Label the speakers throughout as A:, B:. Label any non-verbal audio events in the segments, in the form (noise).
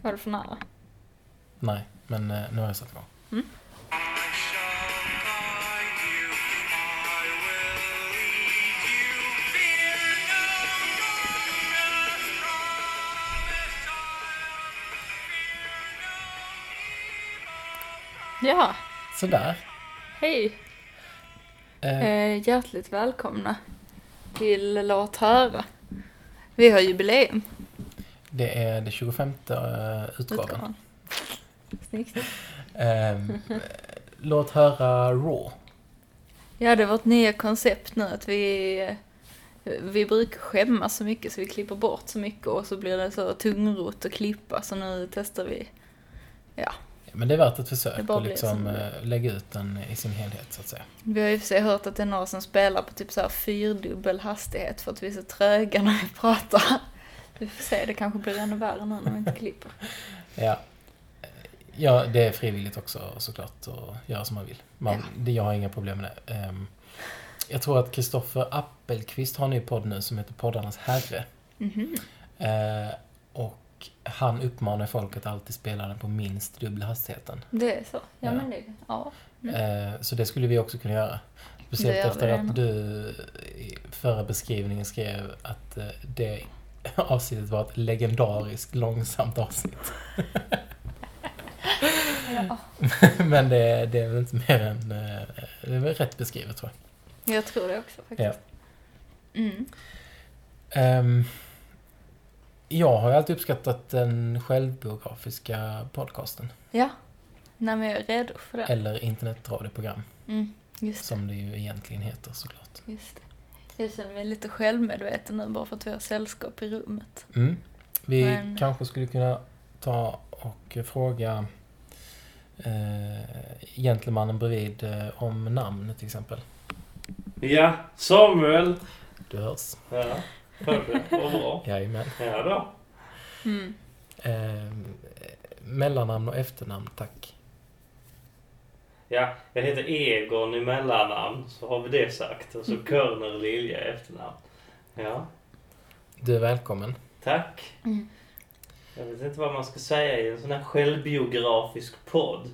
A: Var det för nära?
B: Nej, men eh, nu har jag satt igång.
A: Ja,
B: Sådär.
A: hej!
B: Eh,
A: Eh, hjärtligt välkomna till Låt höra. Vi har jubileum.
B: Det är det 25 eh, utgåvan.
A: Utgåvan. Snyggt.
B: Ehm,
A: (laughs)
B: Eh, låt höra Raw.
A: Ja, det är vårt nya koncept nu att vi, eh, vi brukar skämmas så mycket så vi klipper bort så mycket och så blir det så tungrot att klippa så nu testar vi. Ja,
B: Men det är värt ett
A: Det
B: försök
A: bara
B: att
A: blir som
B: liksom,
A: det
B: eh, lägga ut den i sin helhet så att säga.
A: vi har ju i och för sig hört att det är några som spelar på typ så här fyrdubbel hastighet för att vi är så tröga när vi pratar. Vi får se, det kanske blir ännu värre nu när vi inte klipper.
B: Ja. Eh, ja, det är frivilligt också såklart att göra som man vill. Man,
A: Ja.
B: det, jag har inga problem med det. Ehm, jag tror att Kristoffer Appelqvist har en ny podd nu som heter Poddarnas Herre.
A: Mhm.
B: Eh, och han uppmanar folk att alltid spela den på minst dubbla hastigheten.
A: Det är så? Ja,
B: Ja.
A: men det ja.
B: Eh, Så det skulle vi också kunna göra. Speciellt
A: Mm. Det gör vi
B: efter
A: gärna.
B: att du i förra beskrivningen skrev att eh, det avsnittet var ett legendariskt långsamt avsnitt.
A: ja.
B: (laughs) Men det, det är väl inte mer än... eh, Det är väl rätt beskrivet tror jag.
A: Jag tror det också faktiskt. Mm.
B: Ehm, Jag har ju alltid uppskattat den självbiografiska podcasten.
A: Ja. Nej, men jag är redo för det.
B: Eller internetradioprogram,
A: Mm. Just
B: som det ju egentligen heter såklart.
A: Just det. Jag känner mig lite självmedveten nu bara för att vi har sällskap i rummet.
B: Mm. Vi
A: Men-
B: kanske skulle kunna ta och fråga eh, gentlemannen bredvid eh, om namn till exempel.
C: Ja, Samuel.
B: Du hörs.
C: Ja, perfekt. Vad bra.
B: Jajamän.
C: Ja då.
A: Mm.
B: Eh, mellannamn och efternamn, tack.
C: Ja, jag heter Egon i mellannamn, så har vi det sagt. Och så Körner Lilja i efternamn. Ja,
B: Du är välkommen.
C: tack.
A: Mm.
C: Jag vet inte vad man ska säga i en sån här självbiografisk podd.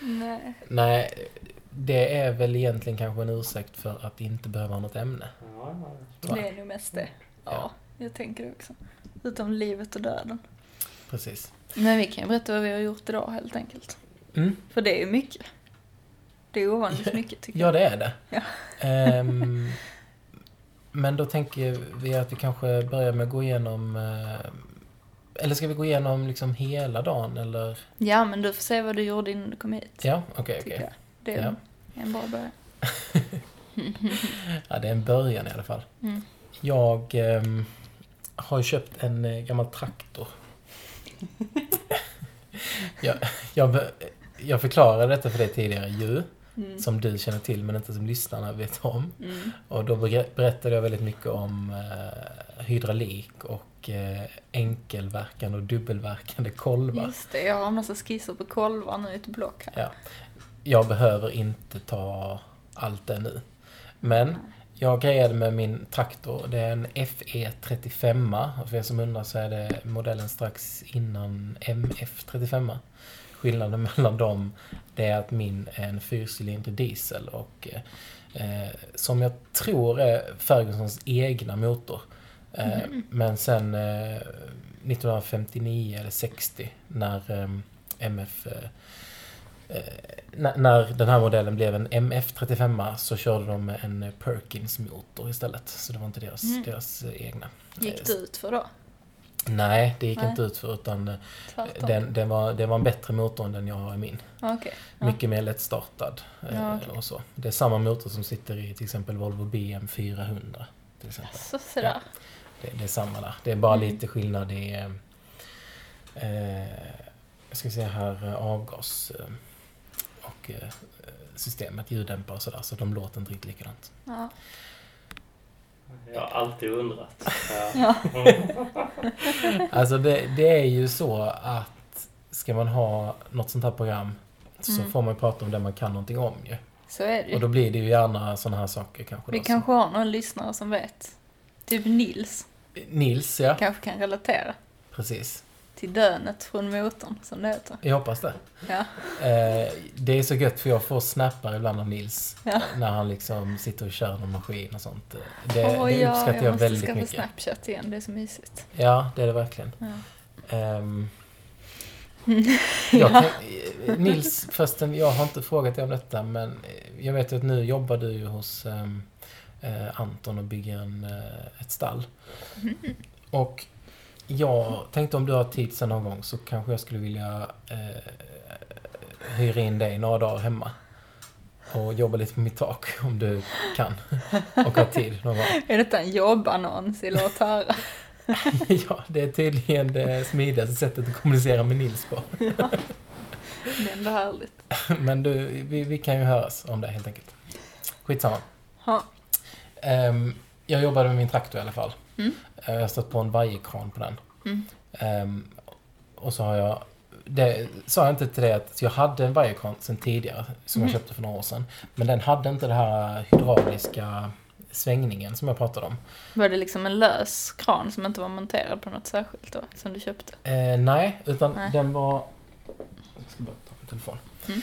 A: Nej.
B: Nej, det är väl egentligen kanske en ursäkt för att inte behöva ha något ämne.
C: Ja, ja.
B: tror jag.
A: Det är nog mest det. Ja,
B: Ja.
A: jag tänker det också. Utom livet och döden.
B: Precis.
A: Men vi kan ju berätta vad vi har gjort idag helt enkelt.
B: Mm.
A: För det är ju mycket. Det är ovanligt mycket tycker
B: Ja,
A: jag.
B: det är det.
A: Ja. (laughs)
B: Ehm, men då tänker vi att vi kanske börjar med att gå igenom... eh, Eller ska vi gå igenom liksom hela dagen, eller?
A: Ja, men du får se vad du gjorde innan du kom hit.
B: Ja, okej,
A: tycker
B: okej.
A: jag. Det är en bra
B: (laughs)
A: början.
B: Ja, det är en början i alla fall.
A: Mm.
B: Jag ehm, har ju köpt en eh,
A: (laughs)
B: gammal traktor. jag, jag, be- jag förklarade detta för dig tidigare ju,
A: Mm.
B: som du känner till men inte som lyssnarna vet om.
A: Mm.
B: Och då begre- berättade jag väldigt mycket om eh, hydraulik och eh, enkelverkande och dubbelverkande kolvar.
A: Just det, jag har en massa skisser på kolvar nu i ett block här.
B: Ja. Jag behöver inte ta allt det nu. Men jag grejade med min traktor. Det är en FE35. Och för er som undrar så är det modellen strax innan MF35. Skillnaden (laughs) mellan dem det är att min är en fyrcylindrig diesel och eh, eh, som jag tror är Fergusons egna motor. Eh,
A: Mm.
B: Men sen eh, 1959 eller 60 när eh, MF eh, Eh, när, när den här modellen blev en MF35 så körde de med en Perkins-motor istället. Så det var inte deras,
A: Mm.
B: deras eh, egna. Eh,
A: Gick du ut för då?
B: Nej, det gick
A: Nej.
B: inte ut för utan eh,
A: Tvärtom?
B: den, den, var, den var en bättre motor än den jag har i min.
A: Ah, Okej. Ja.
B: Mycket mer lättstartad. eh,
A: Ja, okej.
B: och så. Det är samma motor som sitter i till exempel Volvo BM 400. Till exempel.
A: Så sådär.
B: Det, det är samma där. Det är bara
A: Mm.
B: lite skillnad i... eh, Eh, jag ska se här, eh, avgas eh, och eh, systemet, ljuddämpare och sådär. Så de låter inte
A: (laughs)
B: riktigt likadant.
A: Ja.
C: Jag har alltid undrat. Ja.
A: Ja.
B: Alltså det, det är ju så att ska man ha något sånt här program så
A: Mm.
B: får man ju prata om det man kan någonting om ju.
A: så är det
B: Och då
A: ju.
B: blir det ju gärna sådana här saker kanske.
A: Vi
B: då,
A: kanske har någon lyssnare som vet. Typ Nils
B: som, Nils, ja.
A: kanske kan relatera.
B: Precis.
A: till dönet från motorn, som det heter.
B: Jag hoppas det.
A: Ja.
B: Eh, det är så gött för jag får snappar ibland av Nils.
A: Ja.
B: När han liksom sitter och kör någon maskin och sånt. Det,
A: Åh,
B: det
A: ja,
B: uppskattar jag,
A: måste
B: väldigt
A: skaffa
B: mycket.
A: Snapchat igen, det är så mysigt.
B: Ja, det är det verkligen.
A: Ja.
B: (laughs) Ehm, jag kan, eh, Nils, förresten, jag har inte frågat dig om detta, men eh, jag vet ju att nu jobbar du ju hos ehm, eh, Anton och bygger en, eh, ett stall. Och jag tänkte om du har tid sen någon gång så kanske jag skulle vilja eh, hyra in dig några dagar hemma. Och jobba lite på mitt tak om du kan. Och har tid någon gång. (laughs)
A: Är detta en jobbannons i Låt höra?
B: Ja, det är tydligen det smidigaste sättet att kommunicera med Nils på.
A: Det är ändå härligt.
B: (laughs) Men du, vi, vi kan ju höras om det helt enkelt. Skitsamma.
A: Ja.
B: Ehm, jag jobbade med min traktor i alla fall.
A: Mm.
B: Eh, Jag har stått på en vajerkran på den.
A: Mm.
B: Ehm, och så har jag... Det sa jag inte till dig att jag hade en vajerkran sen tidigare som
A: Mm.
B: jag köpte för några år sedan. Men den hade inte den här hydrauliska svängningen som jag pratade om.
A: Var det liksom en lös kran som inte var monterad på något särskilt då, som du köpte?
B: Eh, nej, utan
A: Nej.
B: den var... Jag ska bara ta min telefon.
A: Mm.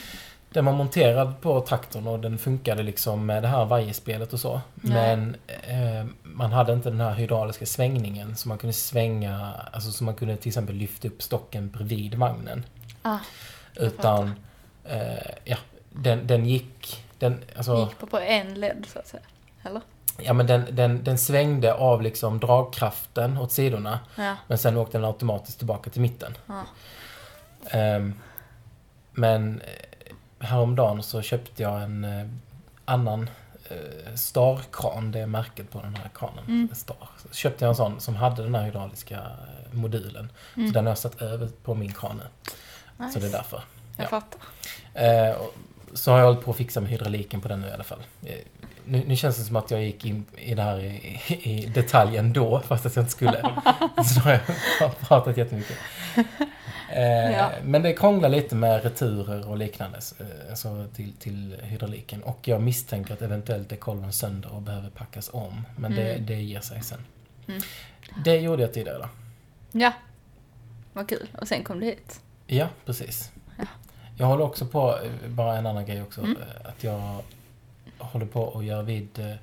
B: Den var monterad på traktorn och den funkade liksom med det här vajerspelet och så.
A: Nej.
B: Men eh, man hade inte den här hydrauliska svängningen så man kunde svänga, alltså så man kunde till exempel lyfta upp stocken bredvid vagnen.
A: Ah, jag
B: Utan, eh, ja, den, den gick, den, alltså...
A: Gick på, på en led så att säga. Eller?
B: Ja men den, den, den svängde av liksom dragkraften åt sidorna.
A: Ja.
B: Men sen åkte den automatiskt tillbaka till mitten.
A: Ja.
B: Ehm, men eh, häromdagen så köpte jag en eh, annan eh, Star-kran, det är märket på den här kranen.
A: Mm.
B: Star. Så köpte jag en sån som hade den här hydrauliska eh, modulen.
A: Mm.
B: Så den har jag satt över på min kran nu.
A: Nice.
B: Så det är därför.
A: Jag
B: ja.
A: fattar.
B: Eh, och så har jag hållit på att fixa med hydrauliken på den nu i alla fall. Eh, Nu, nu känns det som att jag gick in i det här i, i detaljen då, fast att jag inte
A: (laughs)
B: skulle. Så har jag pratat jättemycket. Eh,
A: Ja.
B: Men det krånglar lite med returer och liknande eh, alltså till, till hydrauliken. Och jag misstänker att eventuellt är kolven sönder och behöver packas om. Men det,
A: Mm.
B: det ger sig sen.
A: Mm.
B: Det gjorde jag tidigare då.
A: Ja. Vad kul. Och sen kom du hit.
B: Ja, precis.
A: Ja.
B: Jag håller också på, eh, bara en annan grej också,
A: Mm.
B: eh, att jag håller på att göra vid eh,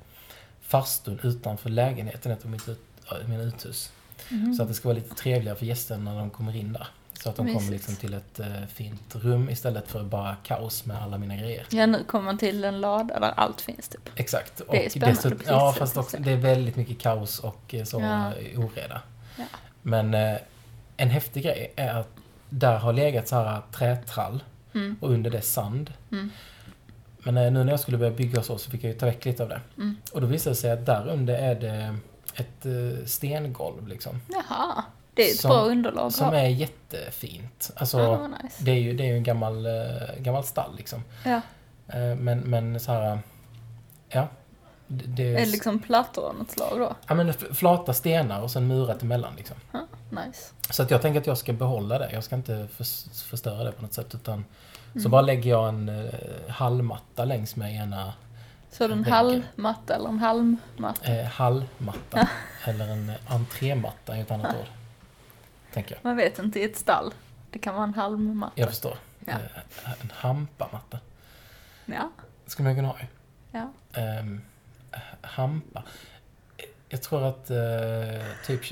B: farstun utanför lägenheten, heter mitt ut, äh, mina uthus.
A: Mm.
B: Så att det ska vara lite trevligare för gästerna när de kommer in där. Så att de kommer
A: Mysigt.
B: liksom till ett eh, fint rum istället för bara kaos med alla mina grejer.
A: Ja, nu kommer man till en lada där allt finns typ.
B: Exakt. Och
A: är spännande, precis
B: ja,
A: det
B: fast
A: jag
B: också,
A: tänkte
B: det är väldigt mycket kaos och eh, så
A: Ja.
B: eh, oreda.
A: Ja.
B: Men eh, en häftig grej är att där har legat så här trätrall
A: Mm.
B: och under det är sand.
A: Mm.
B: Men eh, nu när jag skulle börja bygga så, så fick jag ju ta väck lite av det.
A: Mm.
B: Och då visade det sig att där under är det ett eh, stengolv liksom.
A: Jaha. Det är ett
B: Som-
A: bra underlag att
B: Som
A: ha.
B: är jättefint. Alltså,
A: Ja, det var nice.
B: det är ju, det är ju en gammal, eh, gammal stall liksom.
A: Ja.
B: Eh, men, men så här... eh, Ja. Det, det
A: Det är liksom plattor av något slag då.
B: Ja men f- flata stenar och sen murat emellan liksom.
A: Ja, nice.
B: Så att jag tänker att jag ska behålla det. Jag ska inte förs- förstöra det på något sätt. Utan Så
A: Mm.
B: bara lägger jag en eh, hallmatta längs med ena
A: Så är det en
B: Väggen.
A: halvmatta eller en halmmatta?
B: eh, hallmatta. eller en eh, entrématta är ett annat ord. Tänker jag.
A: Man vet inte, i ett stall. Det kan vara en halmmatta.
B: Jag förstår.
A: Ja.
B: Eh, en hampamatta.
A: Ja.
B: Skulle man kunna ha ju.
A: Ja.
B: Ehm, hampa. Jag tror att eh, typ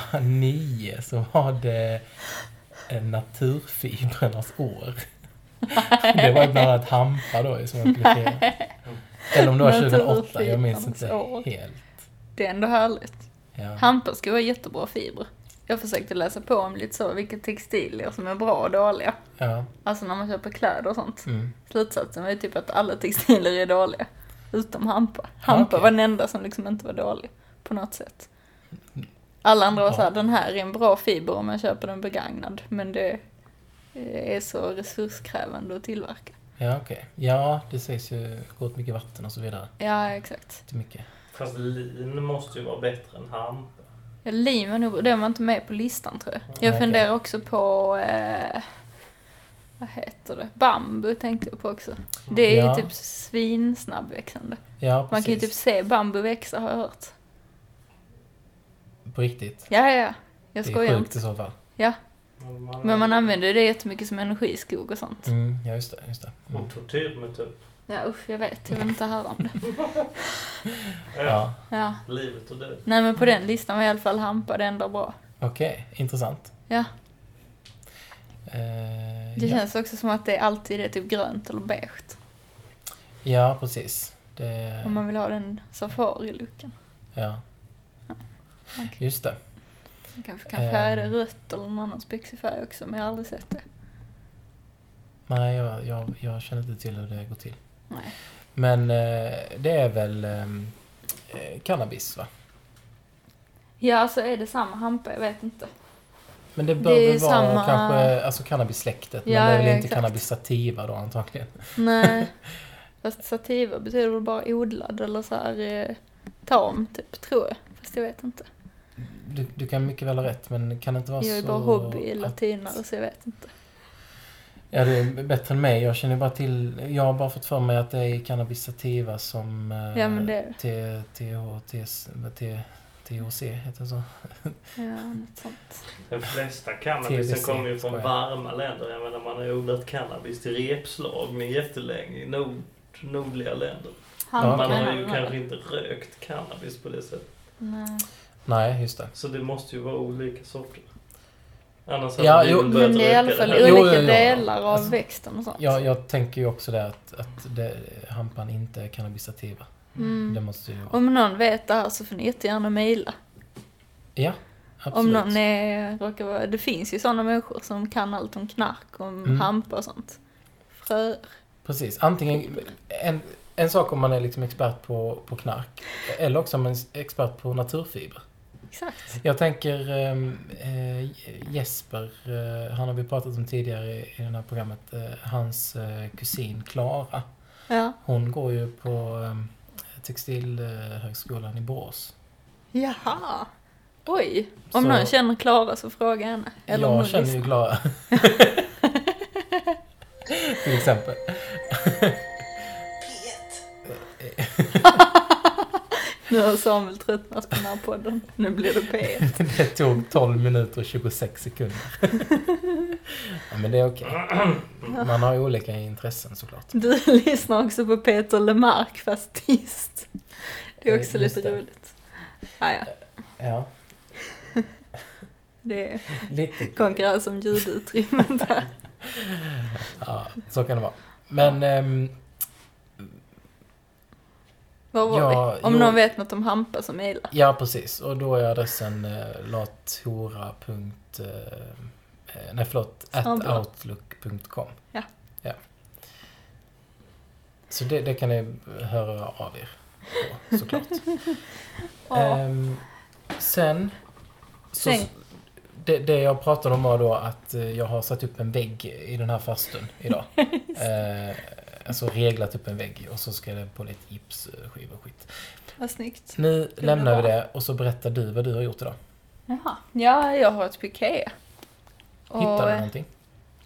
B: 2009 så var det eh, naturfibrernas år. Det var ju bland annat hampa då som jag
A: (laughs)
B: skulle fira. Eller om det var 2008, jag minns inte
A: Naturfibrernas år.
B: helt.
A: Det är ändå härligt.
B: Ja.
A: Hampa ska vara jättebra fibrer. Jag försökte läsa på om lite så, vilka textilier som är bra och dåliga.
B: ja.
A: Alltså när man köper kläder och sånt.
B: Mm.
A: Slutsatsen var ju typ att alla textilier är dåliga. Utom hampa.
B: Ja,
A: Hampa
B: okej.
A: var den enda som liksom inte var dålig. På något sätt. Alla andra var
B: Ja.
A: såhär, den här är en bra fiber om man köper den begagnad. Men det eh, är så resurskrävande att tillverka.
B: Ja, okej. Ja, det sägs ju gå åt mycket vatten och så vidare.
A: Ja, exakt.
B: Till mycket.
C: Fast lin måste ju vara bättre än hampa.
A: Ja, Lim var nog, den var inte med på listan tror jag. Jag
B: okej.
A: funderar också på, eh, vad heter det, bambu tänkte jag på också. Det är
B: Ja.
A: ju typ svinsnabbväxande.
B: Ja,
A: Man kan ju typ
B: precis.
A: se bambu växa har jag hört.
B: På riktigt.
A: Ja, ja, ja. Jag
B: Det är
A: skojar
B: sjukt
A: inte.
B: i så fall.
A: Men man använder ju det jättemycket som energiskog och sånt.
B: Mm, ja, just det. Just det. Mm.
C: Och tortyrmetod.
A: Ja usch, jag vet. Jag vill inte höra om det.
C: Ja.
B: Ja,
A: Ja.
C: Livet och döden.
A: Nej men på den listan var i alla fall hampa det enda bra.
B: okej. Intressant.
A: Ja.
B: Eh,
A: Det
B: ja.
A: känns också som att det alltid är typ grönt eller beige.
B: ja, precis. Det...
A: Om man vill ha den safari-looken.
B: Ja.
A: Okej.
B: Just det.
A: Man kanske kan
B: Ehm.
A: färga det rött eller någon annan spexig färg också, men jag har aldrig sett det.
B: Nej, jag, jag, jag känner inte till hur det går till.
A: Nej.
B: Men eh, det är väl ehm, eh, cannabis, va?
A: Ja, alltså är det samma hampa? Jag vet inte.
B: Men det bör
A: Det är
B: väl vara
A: samma-
B: kanske alltså cannabissläktet, men
A: Ja,
B: det är väl
A: ja,
B: inte
A: exakt.
B: cannabis sativa då antagligen. (laughs)
A: Nej. Fast sativa betyder väl bara odlad eller så här eh, tam, typ, tror jag. Fast jag vet inte.
B: Du, du kan mycket väl ha rätt, men kan det inte vara
A: Jag är
B: så...
A: bara
B: Alltså, att-
A: hobby-latinare, så jag vet inte.
B: Ja, det är bättre än mig. Jag känner bara till... Jag har bara fått för mig att det är cannabis sativa som... eh,
A: Ja, men det är det.
B: T- TH, TS, vad T- THC heter det så?
A: Ja, något sånt.
C: De flesta cannabisen
B: TBC,
C: kommer ju från
B: skojar.
C: varma länder. Jag menar man har ju odlat cannabis till repslagning jättelänge i nord, nordliga länder.
B: Ja,
C: Man
B: okej.
C: har ju kanske inte rökt cannabis på det sättet.
A: Nej.
B: Nej, just det.
C: Så det måste ju vara olika sorter. Annars
B: Ja,
C: hade vi
B: jo.
C: väl börjat
A: Men det är i alla
C: röka
A: fall
C: det här.
B: Jo,
A: olika
B: jo, jo.
A: delar av
B: Alltså,
A: växten och sånt.
B: Jag, jag tänker ju också det att, att det, hampan inte är cannabis sativa. Det
A: Mm.
B: måste ju vara.
A: Om någon vet det här så får ni jättegärna mejla.
B: Ja,
A: Om
B: absolut.
A: någon är, råkar vara... Det finns ju sådana människor som kan allt om knark, om
B: Mm.
A: hampa och sånt. Frö.
B: Precis. Antingen en, en sak om man är liksom expert på, på knark. Eller också om man är expert på naturfibrer.
A: Exakt.
B: Jag tänker ehm, eh, Jesper, eh, han har vi pratat om tidigare i i det här programmet. Eh, hans eh, kusin Klara.
A: Ja.
B: Hon går ju på ehm, Textilhögskolan i Borås.
A: Jaha. Oj. Om
B: Så-
A: någon känner Klara så fråga henne. Eller om hon
B: jag känner ju
A: lyssnar.
B: Klara. Till exempel.
A: (laughs) Nu har Samuel tröttnat på den här podden. Nu blir det
B: (laughs)
A: P1.
B: Det tog 12 minuter och 26 sekunder.
A: (laughs)
B: ja, men det är okej. Man har ju olika intressen såklart.
A: Du lyssnar också på Peter Lemark fast tyst. Det är
B: Eh,
A: också
B: just
A: lite
B: det.
A: roligt. Ah, ja.
B: Ja,
A: Det är
B: lite.
A: konkurrens om ljudutrymmen där.
B: Ja, så kan det vara. Men ehm,
A: Var var
B: Ja,
A: vi? Om
B: jo.
A: någon vet något om Hampa som mejlar.
B: ja, precis. Och då är adressen eh, lathora. punkt, eh, Nej, förlåt. At
A: Snabel-a.
B: outlook.com.
A: Ja.
B: ja. Så det, det kan ni höra av er
A: (laughs)
B: på, såklart.
A: Ja.
B: Ehm, sen... Så,
A: Sen-
B: det, det jag pratade om var då att eh, jag har satt upp en vägg i den här farstun
A: (laughs)
B: idag. eh, alltså reglat upp en vägg och så ska det på lite gipsskivor och skit.
A: Vad snyggt.
B: Nu
A: är
B: lämnar vi
A: bra.
B: det och så berättar du vad du har gjort idag.
A: Jaha. Ja, jag har ett piké.
B: Hittar
A: Och,
B: du någonting?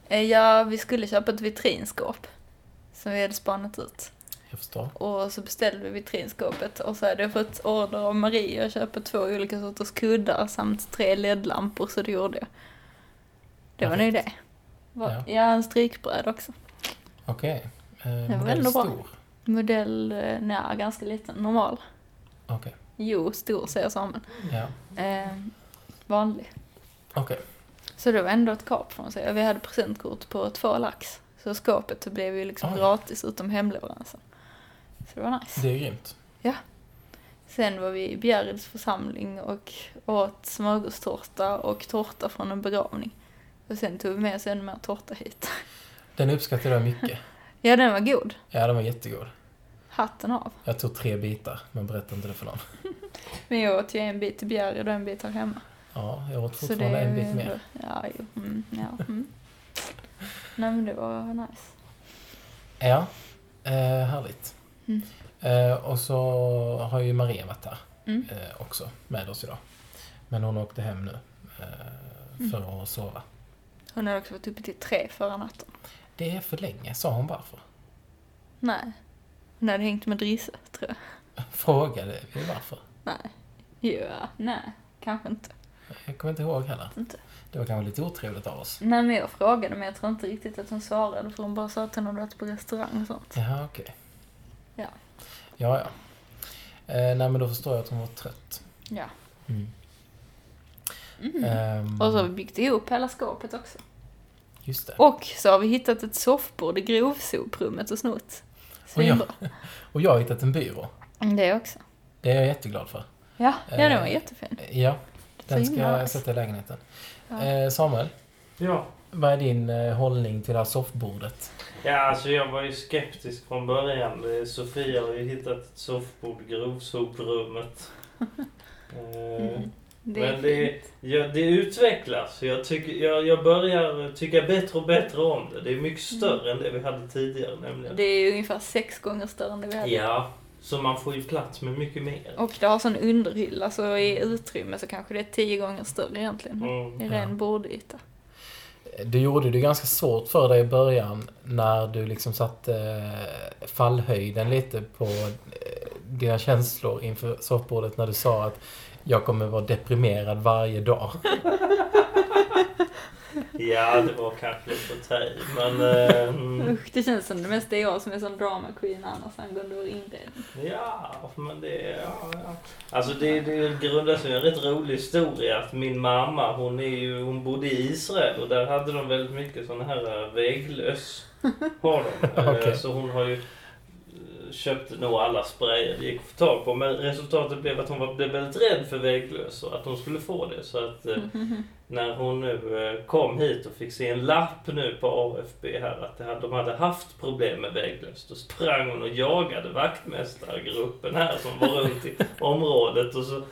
A: eh, ja, vi skulle köpa ett vitrinskåp. Som vi hade spanat ut.
B: Jag förstår.
A: Och så beställde vi vitrinskåpet och så hade jag fått order av Maria att köpa två olika sorters kuddar samt tre LED-lampor så det gjorde jag. Det var nu det. Va-
B: Ja.
A: Ja, en strykbräd också.
B: Okej. Okay. Eh,
A: var
B: modell
A: ändå bra.
B: stor.
A: Modell, eh, nja, ganska liten, normal.
B: Okej.
A: Jo, stor säger Samuel.
B: Ja.
A: Eh, vanlig.
B: Okej.
A: Så det var ändå ett kap från sig. Vi hade presentkort på två lax. Så skåpet så blev ju liksom
B: Oj.
A: gratis utom hemleveransen. Så det var nice.
B: Det är grymt.
A: Sen var vi i Bjärids församling och åt smörgåstårta och tårta från en begravning. Och sen tog vi med oss ännu mer tårta hit. (laughs)
B: Den uppskattar jag mycket.
A: Ja, den var god.
B: Ja, den var jättegod.
A: Hatten av.
B: Jag tog tre bitar, men berätta inte det för någon.
A: Men jag åt ju en bit i Bjärred och en bit här hemma.
B: Ja, jag åt
A: Så det
B: fortfarande en
A: ju
B: bit mer.
A: ändå- Ja, jo. Mm, ja, mm. (laughs) Nej, men det var nice.
B: Ja, eh, härligt.
A: Mm.
B: Eh, och så har ju Maria varit här
A: Mm.
B: eh, också med oss idag. Men hon åkte hem nu eh,
A: Mm.
B: för att sova.
A: Hon hade också varit uppe till tre förra natten.
B: Det är för länge, sa hon varför. (laughs)
A: Nej. Hon hade hängt med Drisse, tror jag.
B: Frågade vi varför.
A: Ja, nej. Kanske inte.
B: Jag kommer inte ihåg heller.
A: Inte.
B: Det var kanske lite otrevligt av oss.
A: Nej, men jag frågade men jag tror inte riktigt att hon svarade för hon bara sa att hon hade varit på restaurang och sånt.
B: Jaha, okej.
A: Ja.
B: Ja, ja. Eh, nej, men då förstår jag att hon var trött.
A: Ja.
B: Mm.
A: Mhm.
B: Ehm,
A: Och så har vi byggt ihop hela skåpet också.
B: Just det.
A: Och så har vi hittat ett soffbord i grovsoprummet och snott.
B: Och jag-
A: Svinbra.
B: Och jag har hittat en byrå.
A: Det också.
B: Det är jag jätteglad för.
A: Ja, ja den var
B: Eh,
A: jättefin.
B: Eh, Ja, den
A: Så
B: ska
A: himla
B: jag
A: nice.
B: sätta i lägenheten.
A: Ja.
B: Eh, Samuel,
C: Ja.
B: vad är din eh, hållning till det här soffbordet?
C: Ja, alltså jag var ju skeptisk från början. Eh, Sofia har ju hittat ett soffbord,
A: (laughs)
C: grovsoprummet. Eh,
A: Mm. Det är
C: Men det,
A: fint.
C: ja, det utvecklas. Jag, tycker, jag, jag börjar tycka bättre och bättre om det. Det är mycket större än det vi hade tidigare nämligen.
A: Mm. det är ju ungefär sex gånger större än det vi hade.
C: Ja, så man får ju plats med mycket mer.
A: Och det har sån underhylla så i utrymme så kanske det är tio gånger större egentligen.
C: Mm.
A: Det är ren bordyta.
B: Du gjorde det ganska svårt för dig i början när du liksom satte eh, fallhöjden lite på eh, dina känslor inför soffbordet när du sa att jag kommer vara deprimerad varje dag.
C: Ja, det var kanske lite att ta i, men... eh, mm,
A: Usch, det känns som det mesta är jag som är sån drama queen annars angående vår inredning.
C: Ja, men det... Ja, ja. Alltså det, det grundar sig i en rätt rolig historia. Att min mamma, hon, är ju, hon bodde i Israel och där hade de väldigt mycket sådana här eh, vägglöss. Har de. Eh,
B: Okej.
C: Så hon har ju eh, köpt nog alla sprayer det gick att få tag på. Men resultatet blev att hon var, blev väldigt rädd för vägglöss och att hon skulle få det. Så att... eh,
A: (laughs)
C: när hon nu eh, kom hit och fick se en lapp nu på AFB här att det hade- de hade haft problem med väglöst. Då sprang hon och jagade vaktmästargruppen här som var runt i området. Och så,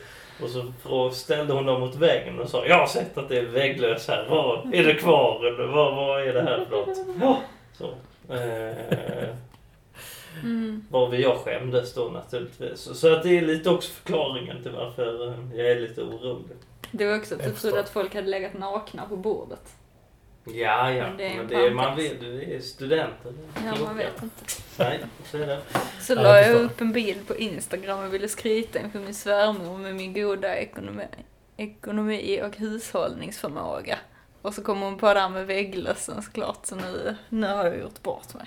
C: och så frå- ställde hon dem mot väggen och sa Jag har sett att det är vägglös här. Vad är det kvar? Eller vad, vad är det här för något? Ja, så. Eh,
A: Mm.
C: varvid jag skämdes då naturligtvis. Så, så att det är lite också förklaringen till varför eh, jag är lite orolig.
A: Det var också att
B: Jag
A: du trodde
B: förstår.
A: att folk hade legat nakna på bordet.
C: Ja, ja.
A: Men det är en
C: Men det är, man
A: parentes.
C: vet, du är studenter.
A: Ja, man vet inte.
C: Nej, så är det.
A: Så
B: Ja,
A: la
B: jag
A: jag
B: förstår.
A: upp en bild på Instagram och ville skryta inför min svärmor med min goda ekonomi, ekonomi och hushållningsförmåga. Och så kom hon på det här med vägglössen såklart, så nu, nu har jag gjort bort mig.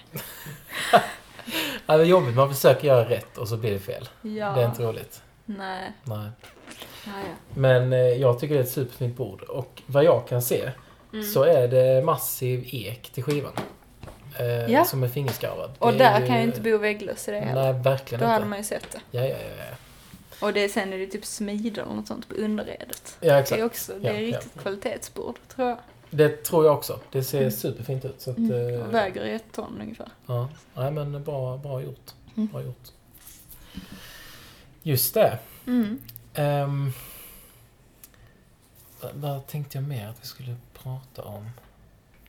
B: Ja, det är jobbigt, man försöker göra rätt och så blir det fel.
A: Ja.
B: Det är inte roligt.
A: Nej.
B: Nej.
A: Ja, ja.
B: Men eh, jag tycker det är ett superfint bord. Och vad jag kan se
A: Mm.
B: så är det massiv ek till skivan. Eh,
A: Ja.
B: Som är fingerskarvad.
A: Och
B: Det är
A: där kan jag inte bo vägglöss i det heller.
B: Nej, verkligen
A: Då hade
B: inte.
A: man ju sett det.
B: Ja, ja, ja, ja.
A: Och det, sen är det typ smider och något sånt på underredet.
B: ja,
A: Det är
B: exakt.
A: också, det är
B: Ja, ja.
A: riktigt kvalitetsbord tror jag.
B: Det tror jag också. Det ser superfint ut. Så att,
A: Mm.
B: eh,
A: Och väger i ett ton ungefär.
B: ja. Nej, men bra, bra gjort.
A: Mm.
B: Bra gjort. Just det.
A: Mm.
B: Ehm, vad- vad tänkte jag mer att vi skulle prata om?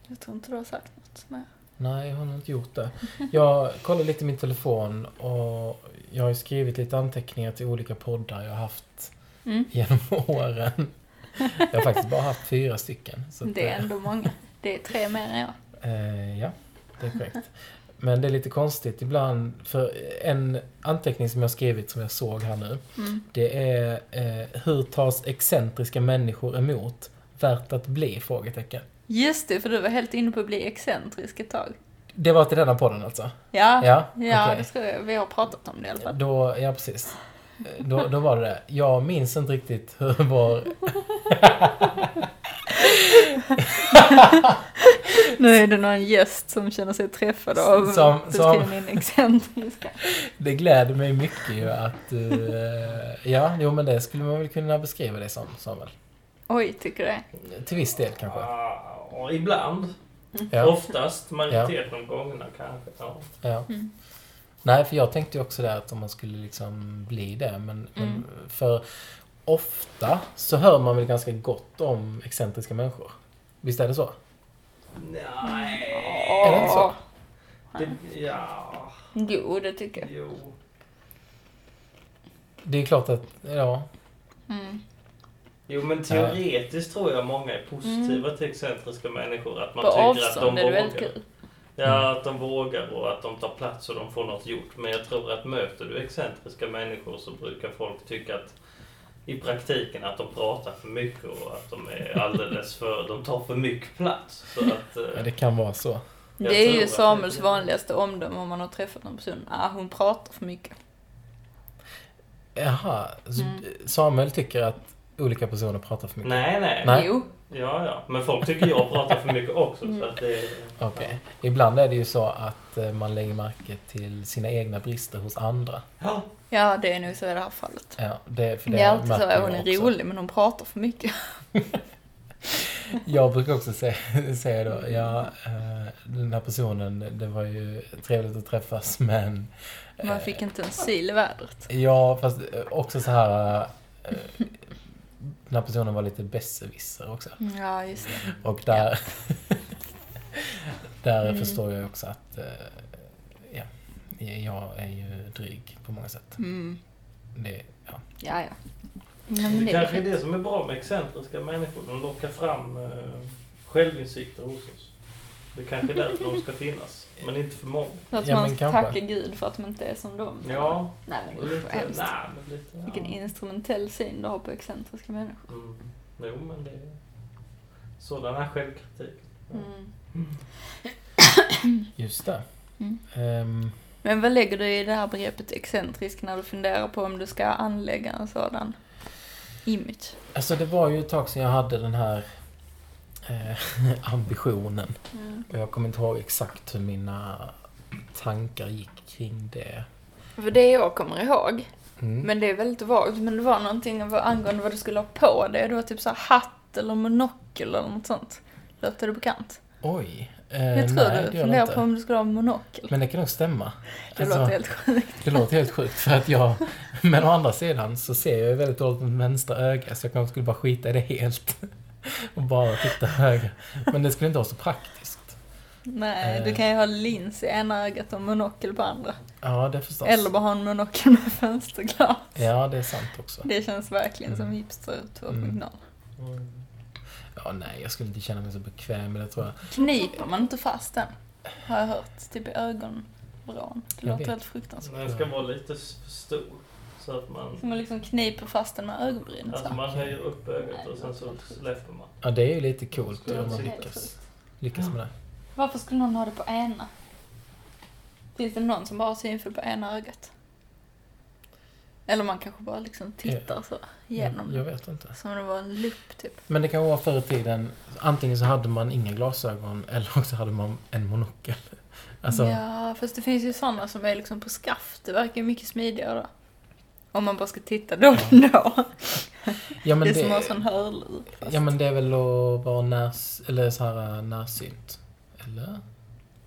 A: Jag tror inte du har sagt något mer.
B: Nej, jag har nog inte gjort det. Jag kollade lite i min telefon och jag har ju skrivit lite anteckningar till olika poddar jag har haft
A: Mm.
B: genom (laughs) åren. Jag har faktiskt bara haft fyra stycken. Så att,
A: Det är ändå många. Det är tre mer än jag.
B: eh, ja, det är korrekt. Men det är lite konstigt ibland, för en anteckning som jag skrivit som jag såg här nu,
A: Mm.
B: det är eh, Hur tas excentriska människor emot? Värt att bli? Frågetecken.
A: Just det, för du var helt inne på att bli excentrisk ett tag.
B: Det var till denna podden alltså?
A: Ja, ja,
B: Ja, okej.
A: det tror jag. Vi har pratat om det i alla fall.
B: Då, ja precis. Då, då var det det. Jag minns inte riktigt hur vår... (laughs)
A: Nu är det någon gäst som känner sig träffad av
B: Som-
A: beskrivningen excentriska.
B: Det gläder mig mycket ju att... eh, ja, jo men det skulle man väl kunna beskriva det som, Samuel.
A: Oj, tycker du det?
B: Till viss del kanske.
C: Ah, och ibland.
B: Ja,
C: Oftast. Majoriteten av gångerna kanske. Ja.
B: ja.
A: Mm.
B: Nej, för jag tänkte ju också där att om man skulle liksom bli det, men... men
A: Mm.
B: för ofta så hör man väl ganska gott om excentriska människor? Visst är det så?
C: Nej.
B: Är det inte så?
C: Det, ja.
A: Jo, det tycker jag.
C: Jo.
B: Det är klart att, ja,
A: Mm.
C: Jo men teoretiskt tror jag många är positiva till excentriska människor. Att man
A: Mm. På
C: tycker att
A: avstånd är det
C: de vågar.
A: väldigt kul.
C: Ja,
B: Mm.
C: att de vågar och att de tar plats och de får något gjort. Men jag tror att möter du excentriska människor så brukar folk tycka att i praktiken att de pratar för mycket och att
B: (laughs)
C: de är alldeles för... De tar för mycket plats. Så att,
B: Ja,
C: eh,
B: det kan vara så.
C: Jag
A: Det är
C: tror
A: ju
C: att
A: Samuels
C: det-
A: vanligaste omdöme om man har träffat någon person. Ah, hon pratar för mycket.
B: Jaha, så
A: Mm.
B: Samuel tycker att olika personer pratar för mycket?
C: nej, nej.
B: Nej.
A: Jo.
C: Ja, ja. Men folk tycker jag pratar för mycket också. Så
A: Mm.
C: att det,
B: Okej. Ibland är det ju så att eh, man lägger märke till sina egna brister hos andra.
C: ja.
A: Ja, det är nog så i det här fallet.
B: Ja, det, för
A: Det
B: det
A: är alltid så,
B: märker jag
A: att hon är
B: också.
A: rolig men hon pratar för mycket.
B: Jag brukar också säga, (laughs) säga då, ja, eh, den här personen, det var ju trevligt att träffas men... Eh.
A: Man fick inte en sil i vädret.
B: Ja, fast eh, också så här... eh, Den här personen var lite besserwisser också.
A: Ja, just det.
B: Och där... (laughs) där
A: Mm.
B: förstår jag också att... eh, Ja, jag är ju dryg på många sätt.
A: Mm.
B: Det, ja.
A: Ja, ja. Nej, men
C: det
A: det
C: kanske
A: är
C: är
A: det.
C: det som är bra med excentriska människor. De lockar fram eh, självinsikter hos oss. Det kanske är därför de ska finnas. Men inte för många.
A: Så att
B: Ja,
A: man
B: men
A: ska
B: kanske.
A: tacka gud för att man inte är som dem.
C: Ja,
A: Nej, men
C: och
A: det är så
C: lite...
A: hemskt.
C: Nej, men lite...
A: Vilken
C: ja.
A: instrumentell syn du har på excentriska människor.
C: Mm. Jo, men det är... Sådan är självkritik.
A: Mm.
B: Just det.
A: Mm.
B: Ehm,
A: Men vad lägger du i det här begreppet excentrisk när du funderar på om du ska anlägga en sådan image?
B: alltså det var ju ett tag sedan jag hade den här eh, (laughs) ambitionen.
A: Mm.
B: Och jag kommer inte ihåg exakt hur mina tankar gick kring det.
A: För det jag kommer ihåg,
B: Mm.
A: men det är väldigt vagt, men det var någonting av- angående vad du skulle ha på dig. Det var typ så här hatt eller monokel eller något sånt. Låter det bekant?
B: Oj. Eh,
A: Jag tror
B: nej, det
A: du
B: gör det
A: funderar
B: inte.
A: på om du skulle ha monokel.
B: Men alltså, det kan nog stämma.
A: Det låter helt sjukt.
B: det låter helt sjukt för att jag... Men å andra sidan så ser jag ju väldigt dåligt med vänstra öga så jag kanske skulle bara skita i det helt. Och bara titta höger. Men det skulle inte vara så praktiskt.
A: Nej,
B: Eh.
A: du kan ju ha lins i ena ögat och monokel på andra.
B: Ja, det förstås.
A: Eller bara ha en monokel med (laughs) fönsterglas.
B: Ja, det är sant också.
A: Det känns verkligen som
B: Mm.
A: hipster 2.0.
C: Mm.
B: Ja, nej, jag skulle inte känna mig så bekväm med det tror jag.
A: Kniper man inte fast den? Har jag hört. Typ i ögonvrån. Det
B: Jag
A: låter
B: vet.
A: helt
B: Alltså,
A: fruktansvärt.
C: Den ska vara lite s- för stor. Så att man...
A: Så man liksom kniper fast den med ögonbrynet
C: Alltså
A: så.
C: man höjer upp ögat och sen så släpper man.
B: Ja, det är ju lite coolt
A: Det
B: om
A: låter
B: man
A: helt
B: lyckas,
A: sjukt.
B: lyckas med det.
A: Varför skulle någon ha det på ena? Finns det någon som bara har synfel på ena ögat? Eller man kanske bara liksom tittar så
B: Jag,
A: genom
B: jag
A: den.
B: vet inte.
A: Som om det var en lupp typ.
B: Men det kan vara förr i tiden, antingen så hade man inga glasögon eller också hade man en monokel. Alltså,
A: Ja, fast det finns ju sådana som är liksom på skaft. Det verkar ju mycket smidigare då. Om man bara ska titta då och då.
B: ja,
A: Det
B: men
A: är som att ha en
B: det,
A: sån hörlur. fast-
B: ja men det är väl att vara närs, eller så här, närsynt. Eller?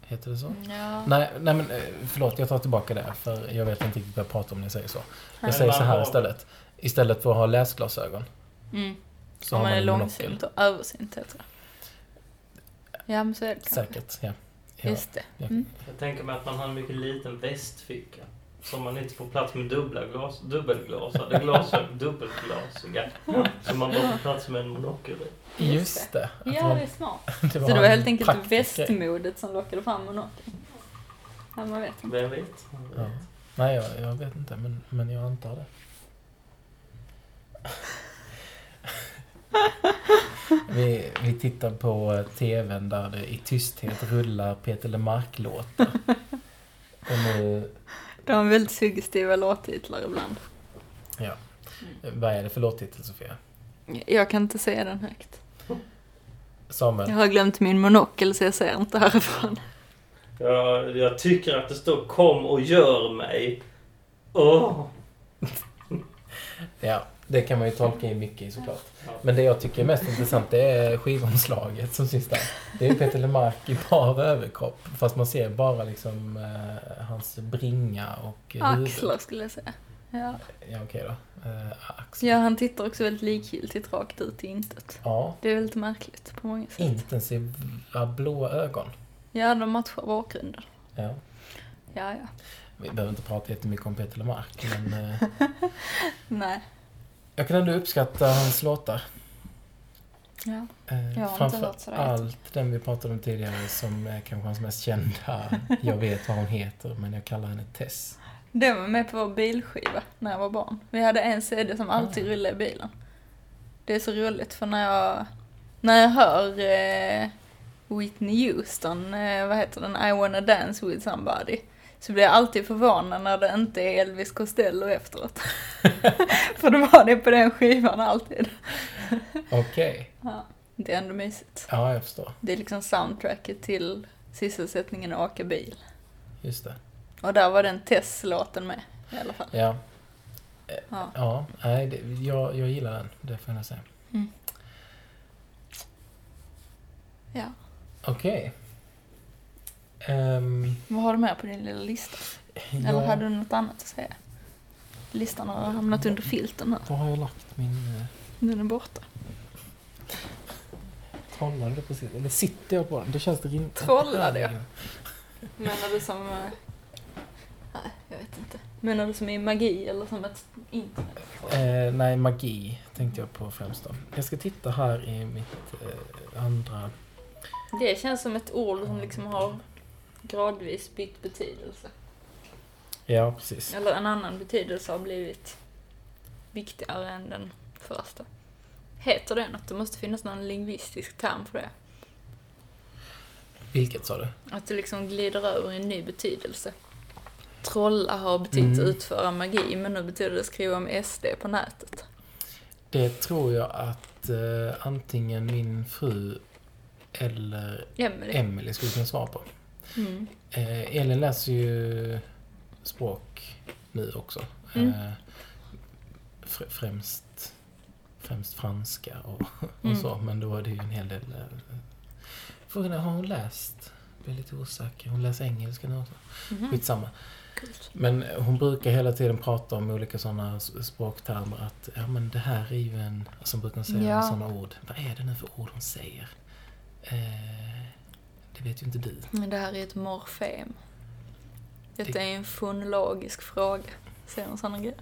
B: Heter det så?
A: Ja.
B: Nej, nej men eh, förlåt, jag tar tillbaka det. För jag vet inte riktigt vad jag pratar om när jag säger så.
A: Nej.
B: Jag säger så
C: Man
B: här
C: har-
B: istället. Istället för att ha läsglasögon
A: Mm.
B: så
A: Om
B: har
A: man
B: man
A: är
B: en monokel.
A: långsynt och översynt heter det. Ja men så är det kanske.
B: Säkert, ja. ja.
A: Just det.
B: ja.
A: Mm.
C: Jag tänker mig att man har en mycket liten västficka. Som man inte får plats med dubbla glas, dubbelglasade (laughs) glasögon, dubbelglasiga. Som man bara får plats med en monokel i.
B: Just det. att
A: Ja
B: man-
A: det är smart.
B: det
A: Så det var helt
B: en
A: enkelt
B: praktisk grej.
A: västmodet som lockade fram monokeln. Ja man vet inte.
C: Vem vet?
B: Ja. Nej, jag, jag vet inte, men, men jag antar det. Vi, vi tittar på eh, TVn där det i tysthet rullar Peter Lemark-låtar. Och nu
A: De har väldigt suggestiva låttitlar ibland.
B: eh, vad är det för låttitel, Sofia?
A: Jag kan inte säga den högt. Jag
B: Samuel?
A: har glömt min monokel så jag ser inte härifrån.
C: Jag, jag tycker att det står kom och gör mig. Åh!
B: Ja, det kan man ju tolka in mycket i såklart.
C: Ja.
B: Men det jag tycker är mest intressant det är skivomslaget som syns där. Det är Peter Lemark i bara överkropp. Fast man ser bara liksom eh, hans bringa och
A: Axlar skulle jag säga. Ja.
B: Ja, okej då. Eh, axlar.
A: ja, han tittar också väldigt likgiltigt rakt ut i intet.
B: Ja.
A: Det är väldigt märkligt på många sätt.
B: Intensiva blå ögon.
A: Ja, de matchar bakgrunden.
B: Ja.
A: Ja, ja.
B: Vi behöver inte prata jättemycket om Peter Lemark,
A: (laughs)
B: men eh,
A: Nej.
B: jag kan ändå uppskatta hans låtar.
A: Ja.
B: Eh,
A: Jag har inte
B: framför
A: hört sådär
B: allt den vi pratade
A: (laughs)
B: om tidigare som är kanske hans mest kända. Jag vet vad hon heter, men jag kallar henne Tess.
A: Den var med på vår bilskiva när jag var barn. Vi hade en CD som alltid rullade i bilen. Det är så roligt för när jag, när jag hör eh, Whitney Houston, eh, vad heter den, I wanna dance with somebody. Så blir jag alltid förvånad när det inte är Elvis Costello efteråt. (laughs) för det var det på den skivan alltid.
B: Okej.
A: Ja, det är ändå mysigt.
B: Ja, jag förstår.
A: Det är liksom soundtracket till sysselsättningen att åka bil.
B: Just det.
A: Och där var den Tess-låten med i alla fall.
B: Ja.
A: Ja.
B: Ja, nej, det, jag, jag gillar den. Det får jag nog säga.
A: Mm. Ja.
B: Okej. Ehm,
A: Vad har du med på din lilla lista? Eller
B: jag-
A: hade du något annat att säga? Listan har hamnat under filten här.
B: Var har jag lagt min... eh,
A: Den är borta.
B: Trollade du precis? Eller sitter jag på den? Det känns det rimligt.
A: Trollade jag? Menar du som... eh, Nej, jag vet inte. Menar du som i magi eller som ett internet?
B: Eh, nej, magi tänkte jag på främst då. Jag ska titta här i mitt eh, andra...
A: Det känns som ett ord som liksom har gradvis bytt betydelse.
B: Ja, precis.
A: Eller en annan betydelse har blivit viktigare än den första. Heter det något? Det måste finnas någon lingvistisk term för det.
B: Vilket sa du?
A: Att det liksom glider över i en ny betydelse. Trolla har betytt
B: Mm.
A: utföra magi, men nu betyder det skriva om SD på nätet.
B: Det tror jag att eh, antingen min fru eller
A: Emelie.
B: Emelie skulle kunna svara på.
A: Mm.
B: Eh, Elin läser ju språk nu också.
A: Mm.
B: Eh, fr- främst, främst franska och, och
A: Mm.
B: så, men då är det ju en hel del... eh, Frågan är, har hon läst? Jag blir lite osäker. Hon läser engelska nu också.
A: Mhm.
B: Skitsamma.
A: Coolt.
B: Men hon brukar hela tiden prata om olika sådana språktermer. Att ja, men det här är ju en... Alltså hon brukar säga
A: Ja.
B: sådana ord. Vad är det nu för ord hon säger? Eh, det vet ju inte du.
A: Men det här är ett morfem. Detta är en fonologisk fråga. Säger hon sådana grejer?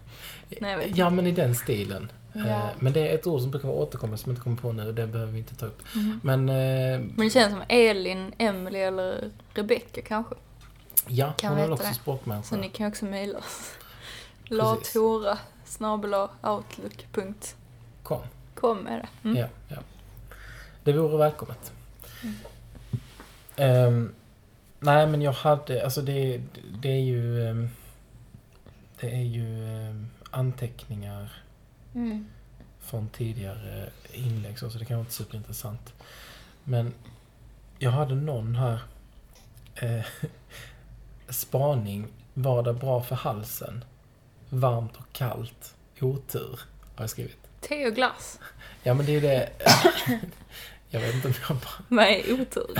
A: Nej, jag vet inte.
B: Ja, men i den stilen.
A: Ja.
B: Eh, Men det är ett ord som brukar återkomma som jag inte kommer på nu. Det behöver vi inte ta upp.
A: Mhm.
B: Men eh,
A: Men det känns som Elin, Emelie eller Rebecca kanske.
B: ja,
A: Kan
B: hon är
A: veta
B: väl också
A: det. Så
B: språkmänniska.
A: ni kan också mejla oss.
B: (laughs) Precis.
A: Latora outlook.com
B: Kom.
A: är det. Mm.
B: Ja, ja. Det vore välkommet.
A: Mm.
B: Ehm, nej, men jag hade... Alltså det, det är ju... ehm, Det är ju ehm, anteckningar
A: Mm.
B: från tidigare inlägg så, så det kan vara inte superintressant. Men jag hade någon här. Eh, (laughs) spaning. Var det bra för halsen? Varmt och kallt. Otur. Har jag skrivit.
A: Te och glass.
B: Ja men det är ju det. (coughs) jag vet inte om jag bara...
A: Vad är otur?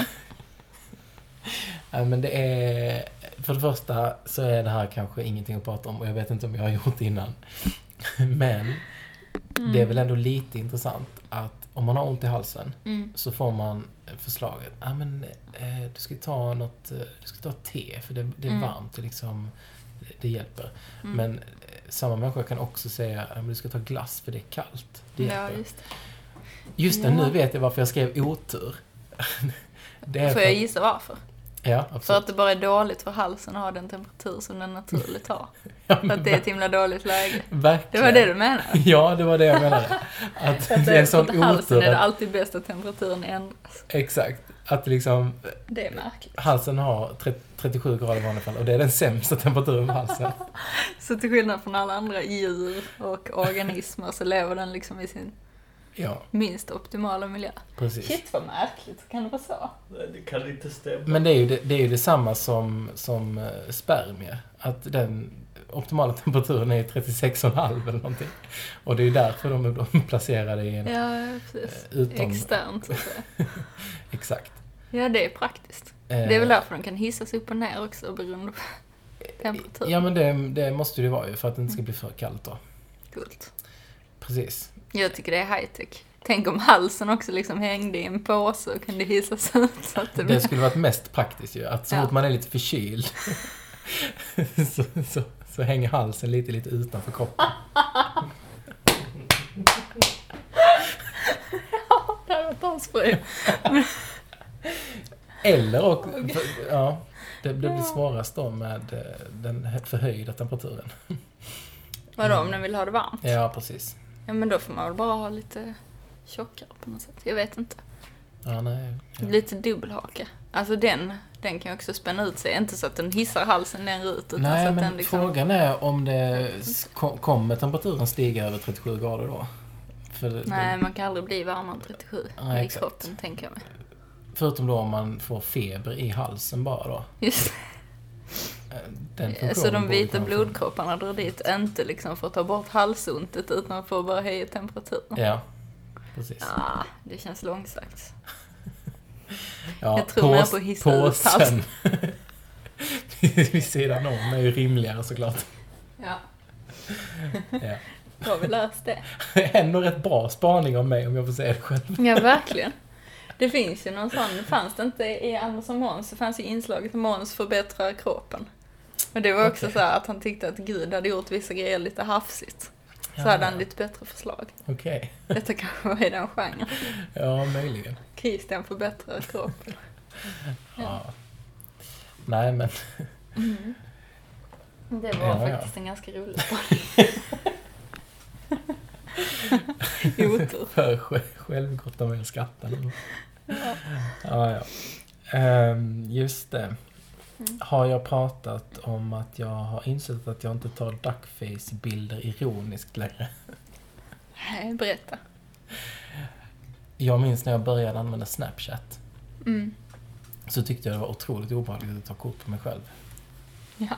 B: Nej men det är... För det första så är det här kanske ingenting att prata om och jag vet inte om jag har gjort det innan. (laughs) Men det är väl ändå lite intressant att om man har ont i halsen
A: Mm.
B: så får man förslaget, ah, men, eh, du ska ta något, eh, du ska ta te för det, det är
A: Mm.
B: varmt, det, liksom, det- det hjälper.
A: Mm.
B: Men eh, samma människa kan också säga, ah, men du ska ta glass för det är kallt, det
A: Ja,
B: hjälper.
A: just det.
B: Just det,
A: Ja.
B: nu vet jag varför jag skrev otur. (laughs) det är
A: Får jag gissa varför?
B: Ja,
A: För
B: absolut.
A: att det bara är dåligt för halsen att ha den temperatur som den naturligt har.
B: Ja,
A: För att det är ett himla dåligt läge. Det
B: Verkligen.
A: var det du menade?
B: Ja, det var det jag menade. Att det är en sån
A: För att halsen
B: otur.
A: är det
B: Att,
A: alltid bäst att temperaturen ändras.
B: exakt. Att liksom
A: Det är märkligt.
B: halsen har tre- 37 grader i vanliga fall och det är den sämsta temperaturen
A: (laughs)
B: på halsen.
A: Så till skillnad från alla andra djur och organismer så lever den liksom i sin
B: Ja,
A: minst optimala miljö.
B: precis.
A: vad märkligt, kan det vara så?
C: Nej, det kan inte stämma.
B: Men det är ju, det, det är ju detsamma som, som eh, spermier. Att den optimala (laughs) temperaturen är 36,5 eller någonting. Och det är ju därför de är de placerade i en...
A: Ja, precis.
B: eh, Utom...
A: Externt så att säga.
B: Exakt.
A: Ja, det är praktiskt. Det är väl
B: Eh,
A: därför de kan hissas upp och ner också beroende på temperatur.
B: Ja men det, det måste det vara ju för att det inte ska bli för kallt då.
A: Coolt.
B: Precis.
A: Jag tycker det är high tech. Tänk om halsen också liksom hängde i en påse och kunde hissas ut så att det
B: Det
A: blev...
B: skulle varit mest praktiskt ju. Att så
A: Typ. Ja.
B: fort man är lite förkyld (laughs) så, så, så hänger halsen lite, lite utanför kroppen.
A: Ja, det hade varit asbra ju.
B: Eller och... För, ja. Det blir
A: Ja.
B: ja. svårast då med eh, den här förhöjda temperaturen.
A: Vadå, om den vill ha det varmt?
B: Ja, precis.
A: Ja, men då får man väl bara ha lite tjockare på något sätt. Jag vet inte.
B: Ja, nej. Ja.
A: Lite dubbelhaka. Alltså den, den kan ju också spänna ut sig. Inte så att den hissar halsen längre ut, utan så
B: Nej,
A: att
B: men
A: den liksom...
B: frågan är om det s- ko- kommer temperaturen stiga över 37 grader då? För det-
A: Nej, man kan aldrig bli varmare än 37
B: Nej,
A: i
B: exakt.
A: kroppen, tänker jag mig.
B: Förutom då om man får feber i halsen bara då.
A: Just
B: Eh, Den
A: det. Så
B: funktionen
A: de
B: borde
A: vita
B: kunna fun-
A: blodkropparna drar dit, inte liksom för att ta bort halsontet, utan för att bara höja temperaturen.
B: Ja, precis.
A: Ah, det känns långsökt.
B: Ja,
A: jag tror mer
B: pås-
A: på hissa ut halsen.
B: (laughs) Vid sidan om är ju rimligare såklart.
A: Ja,
B: (laughs) Ja.
A: då har vi löst det.
B: Ändå rätt bra spaning av mig om jag får säga det själv. (laughs)
A: Ja, verkligen. Det finns ju någon sån, fanns det inte i Andersson Måns, så fanns ju inslaget Måns förbättrar kroppen. Och det var också
B: Okej.
A: så här att han tyckte att Gud hade gjort vissa grejer lite hafsigt. Så hade han lite bättre
B: (laughs)
A: förslag.
B: Okej.
A: Detta kanske var i den genren.
B: Ja, möjligen.
A: Christian förbättrar kroppen.
B: Ja.
A: Ja.
B: Nej, men
A: Mm. Det var
B: Ja, ja.
A: faktiskt en ganska
B: (laughs)
A: rolig (laughs) spaning. Otur.
B: för sj- självgott om jag skrattar nu.
A: Ja.
B: Ja, ja. Ehm, just det.
A: Mm.
B: Har jag pratat om att jag har insett att jag inte tar duckface-bilder ironiskt längre?
A: Nej, berätta.
B: Jag minns när jag började använda Snapchat.
A: Mm.
B: Så tyckte jag det var otroligt obehagligt att ta kort på mig själv.
A: Ja.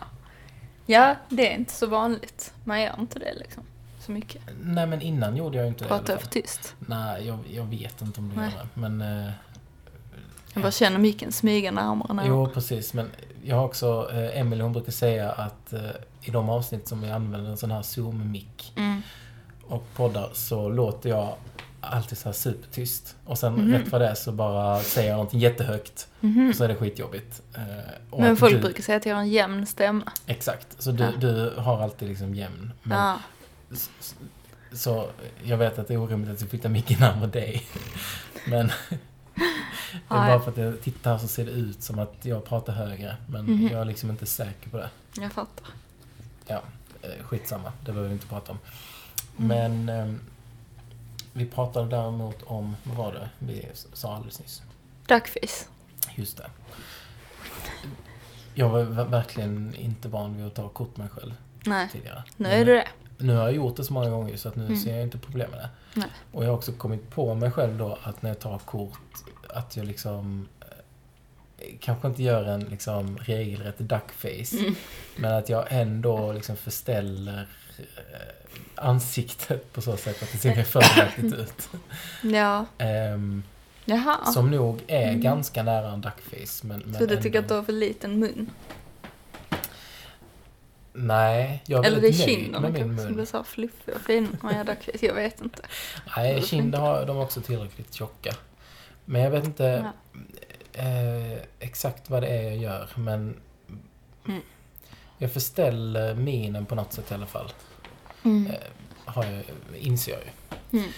A: ja, det är inte så vanligt. Man gör inte det liksom. Så mycket.
B: Nej men innan gjorde jag ju inte det i
A: Prata
B: alla
A: för
B: fall.
A: tyst.
B: Nej, jag, jag vet inte om det gör
A: Nej.
B: det. Men, eh,
A: Jag bara känner micken smyga närmare när
B: jo precis. Men jag har också, eh, Emelie hon brukar säga att eh, i de avsnitt som jag använder en sån här zoom-mick
A: Mm.
B: och poddar så låter jag alltid så här supertyst. Och sen
A: Mhm.
B: rätt vad det är så bara säger jag någonting jättehögt.
A: Mhm.
B: Och så är det skitjobbigt. Eh, och
A: Men
B: att
A: folk
B: du,
A: brukar säga att jag har en jämn stämma.
B: Exakt. Så du,
A: Ja.
B: du har alltid liksom jämn. Men
A: Ja.
B: S- s- Så jag vet att det är orimligt att du flyttar micken närmare dig. (laughs) Men det är
A: Nej.
B: bara för att jag tittar så ser det ut som att jag pratar högre. Men
A: Mhm.
B: jag är liksom inte säker på det.
A: Jag fattar.
B: Eh, Skitsamma, det behöver vi inte prata om.
A: Mm.
B: Men ehm, vi pratade däremot om, vad var det vi s- sa alldeles nyss?
A: Duckface.
B: Just det. Jag var ver- verkligen inte van vid att ta kort med mig själv
A: Nej,
B: tidigare.
A: nu är du det.
B: Nu har jag gjort det så många gånger så att nu
A: Mm.
B: ser jag inte problem med det.
A: Nej.
B: Och jag har också kommit på mig själv då att när jag tar kort att jag liksom eh, kanske inte gör en liksom regelrätt duckface.
A: Mm.
B: Men att jag ändå liksom förställer eh, ansiktet på så sätt att det ser
A: (laughs)
B: mer fördelaktigt ut.
A: Ja,
B: Ehm,
A: jaha.
B: Som nog är
A: Mm.
B: ganska nära en duckface. Men, men
A: så du tycker att du
B: ändå-
A: har för liten mun?
B: Nej, jag är
A: Eller det är
B: väldigt nöjd
A: kinderna
B: med min
A: kanske som blir
B: mun.
A: så här fluffiga och fina om jag har duckface? Jag vet inte.
B: Nej,
A: Varför
B: kinder
A: inte?
B: har de också tillräckligt tjocka. Men jag vet inte...
A: Ja.
B: eh, exakt vad det är jag gör, men
A: Mm.
B: jag förställer minen på något sätt i alla fall.
A: Mm.
B: Eh, har jag, inser jag ju.
A: Mm.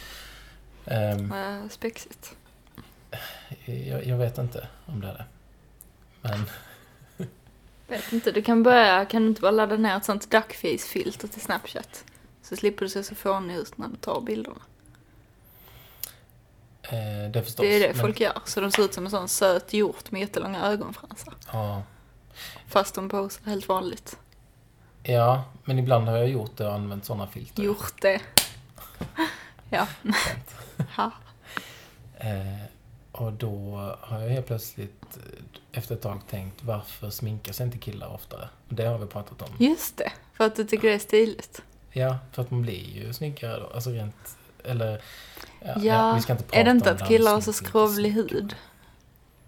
B: Ehm,
A: Vad spexigt.
B: jag, jag vet inte om det är det. Men
A: Vet inte, du kan börja, kan du inte bara ladda ner ett sånt duckface-filter till Snapchat? Så slipper du se så fånig ut när du tar bilderna.
B: eh, det förstås.
A: Det är det
B: men,
A: folk gör, så de ser ut som en sån söt hjort med jättelånga ögonfransar.
B: Ja,
A: Fast de posar helt vanligt.
B: ja, men ibland har jag gjort det och använt sådana filter.
A: Gjort det. Ja. (laughs)
B: Sant.
A: Ha.
B: Eh, och då har jag helt plötsligt eh, efter ett tag tänkt varför sminkar sig inte killar oftare? Och Det har vi pratat om.
A: Just det, för att du tycker det är stiligt.
B: Ja, för att man blir ju snyggare då. Alltså rent... Eller... Ja,
A: Ja,
B: inte
A: Är det inte
B: om
A: att killar har
B: här
A: så
B: sminkning.
A: skrovlig hud?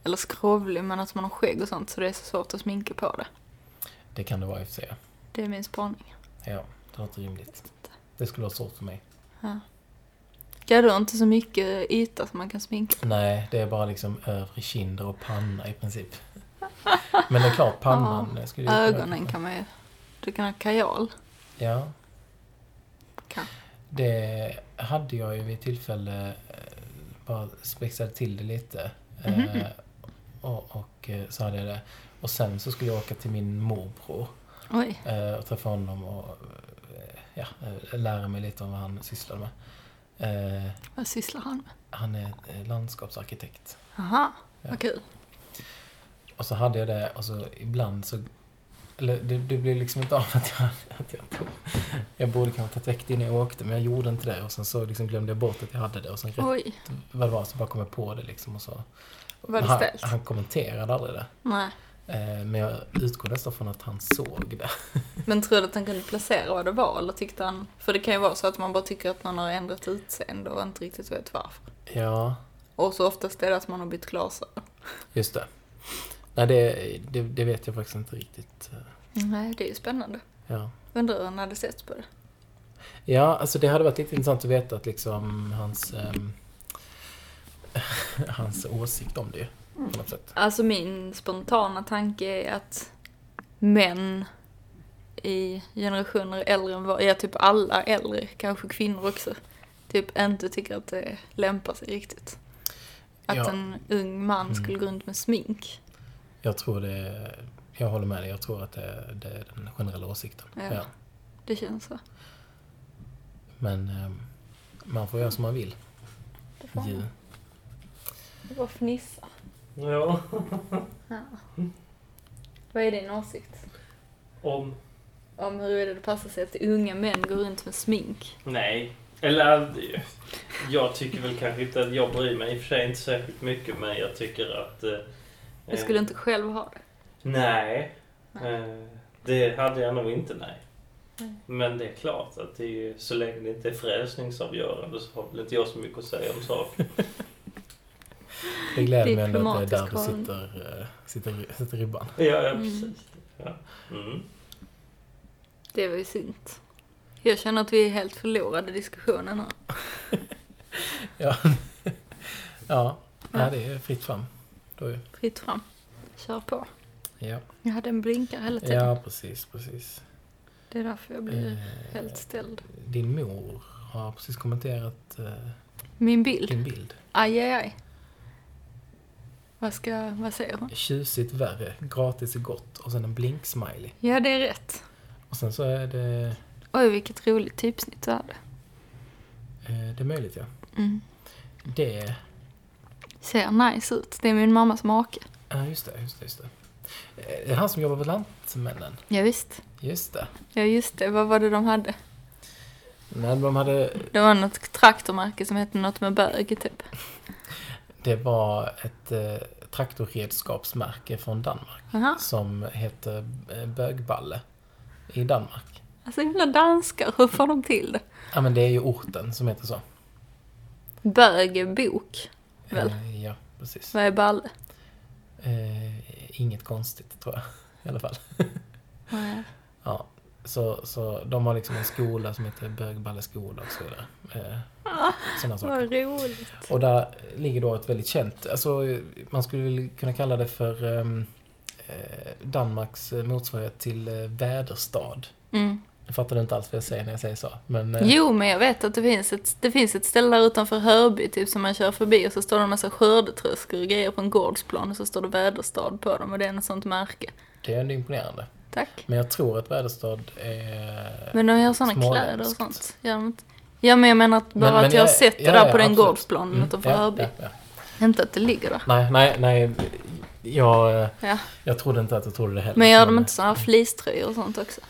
A: Eller skrovlig, men att man har skägg och sånt så det är så svårt att sminka på det.
B: Det kan det vara i och för sig.
A: Det är min spaning.
B: Ja, det låter rimligt. Det skulle vara svårt för mig.
A: Ja, du har inte så mycket yta som man kan sminka.
B: Nej, det är bara liksom övre kinder och panna
A: (laughs)
B: i princip. Men det är klart, pannan jag skulle ju-
A: Ögonen kan man ju... Du kan ha kajal.
B: Ja.
A: Kan.
B: Det hade jag ju vid ett tillfälle eh, bara spexade till det lite.
A: Mhm.
B: Eh, och, och eh, så hade jag det. Och sen så skulle jag åka till min morbror
A: Oj.
B: eh, och träffa honom och eh, ja, eh, lära mig lite om vad han sysslar med. Eh,
A: Vad sysslar han med?
B: Han är eh, landskapsarkitekt.
A: Aha,
B: Ja.
A: vad kul.
B: Och så hade jag det och så ibland så... Eller det, det blev liksom inte av att jag, att jag tog... Jag borde kanske ha tagit väck det innan jag åkte men jag gjorde inte det och sen så liksom glömde jag bort att jag hade det och sen rätt
A: Oj.
B: vad det var så bara kom jag på det liksom och så...
A: Mm. Var det
B: Men han,
A: ställt?
B: han kommenterade aldrig det.
A: Nej.
B: Eh, men jag utgår nästan från att han såg det.
A: Men tror du att han kunde placera vad det var eller tyckte han... För det kan ju vara så att man bara tycker att någon har ändrat utseende och inte riktigt vet varför.
B: Ja,
A: Och så oftast är det att man har bytt glasögon.
B: just det. Nej, det, det, det vet jag faktiskt inte riktigt. eh,
A: Nej, det är ju spännande.
B: Ja.
A: Undrar hur han hade sett på det.
B: Ja, alltså det hade varit lite intressant att veta att liksom hans, ehm, (laughs) hans åsikt om det ju, på något sätt.
A: Alltså min spontana tanke är att män i generationer äldre än vad, ja typ alla äldre, kanske kvinnor också, typ inte tycker att det lämpar sig riktigt. Att
B: Ja.
A: en ung man
B: Mm.
A: skulle gå runt med smink.
B: Jag tror det, jag håller med dig, jag tror att det, det är den generella åsikten.
A: Ja. Det känns så.
B: Men ehm, man får göra som man vill.
A: Det får
B: Ju.
A: man. Det var fnissa.
C: Ja,
A: Ja.
B: Mm.
A: Vad är din åsikt?
C: om...
A: Om huruvida det passar sig att unga män går runt med smink?
C: Nej. Eller... Jag tycker väl kanske inte att jag bryr mig i och för sig inte särskilt mycket men jag tycker att... eh,
A: Jag skulle
C: eh,
A: inte själv ha det.
C: Nej.
A: Nej.
C: Eh, Det hade jag nog inte, nej.
A: Nej.
C: Men det är klart att det är ju, så länge det inte är frälsningsavgörande så har väl inte jag så mycket att säga om saken.
B: Det gläder
A: Det
B: mig
A: är
B: ändå att det är där du
A: klimatisk
B: sitter, eh, sitter, sitter ribban.
C: (laughs) Ja, ja
A: Mm.
C: precis. Ja. Mm.
A: Det var ju synd. Jag känner att vi är helt förlorade i diskussionen här.
B: Ja,
A: Ja.
B: Nej, det är fritt fram. Då ju.
A: Fritt fram. Kör på.
B: Ja.
A: Ja, den blinkar hela tiden.
B: ja, precis, precis.
A: Det är därför jag blir
B: Eh,
A: helt ställd.
B: Din mor har precis kommenterat eh,
A: Min bild?
B: din bild.
A: Aj, aj, aj. Vad ska, vad säger hon?
B: Tjusigt värre, gratis är gott och sen en blinksmiley.
A: Ja, det är rätt.
B: Och sen så är det,
A: Oj, vilket roligt typsnitt du hade.
B: eh, det är möjligt ja.
A: Mm.
B: Det,
A: Ser nice ut. Det är min mammas make.
B: ja just det, just det, just det. Eh, Det är han som jobbar på Lantmännen,
A: Ja, visst.
B: just det.
A: Ja, just det. Vad var det de hade?
B: När de hade,
A: Det var något traktormärke som hette något med bög, typ.
B: det var ett eh, traktorredskapsmärke från Danmark
A: Jaha.
B: som heter eh, Bögballe i Danmark.
A: Alltså, himla danskar. Hur får de till det?
B: Ja men det är ju orten som heter så.
A: Bög är bok. Väl.
B: Eh, Ja, precis.
A: Vad är balle?
B: Eh, inget konstigt tror jag, i alla fall.
A: Vad är-
B: Ja, så, så de har liksom en skola som heter Bögballeskola och så vidare. Eh, Sådana saker.
A: Vad roligt.
B: Och där ligger då ett väldigt känt, alltså eh, man skulle väl kunna kalla det för ehm, eh, Danmarks eh, motsvarighet till eh, väderstad.
A: Mm.
B: Jag fattar inte alls vad jag säger när jag säger så. Men eh,
A: Jo, men jag vet att det finns ett, det finns ett ställe där utanför Hörby typ, som man kör förbi och så står det en massa skördetröskor och grejer på en gårdsplan och så står det väderstad på dem och det är ett sånt märke.
B: det är ändå imponerande.
A: Tack.
B: Men jag tror att väderstad är...
A: Men de gör såna
B: Småländskt.
A: kläder och sånt. Gör de inte? Ja, men jag menar att bara
B: Men- men
A: att jag har
B: jag-
A: sett det
B: ja,
A: där
B: ja,
A: på den
B: absolut.
A: gårdsplanen
B: Mm,
A: utanför
B: ja,
A: Hörby.
B: ja, ja.
A: Inte att det ligger där.
B: Nej, nej, nej. Jag, eh,
A: Ja.
B: jag trodde inte att du trodde det heller.
A: Men gör de inte såna här fleecetröjor och sånt också?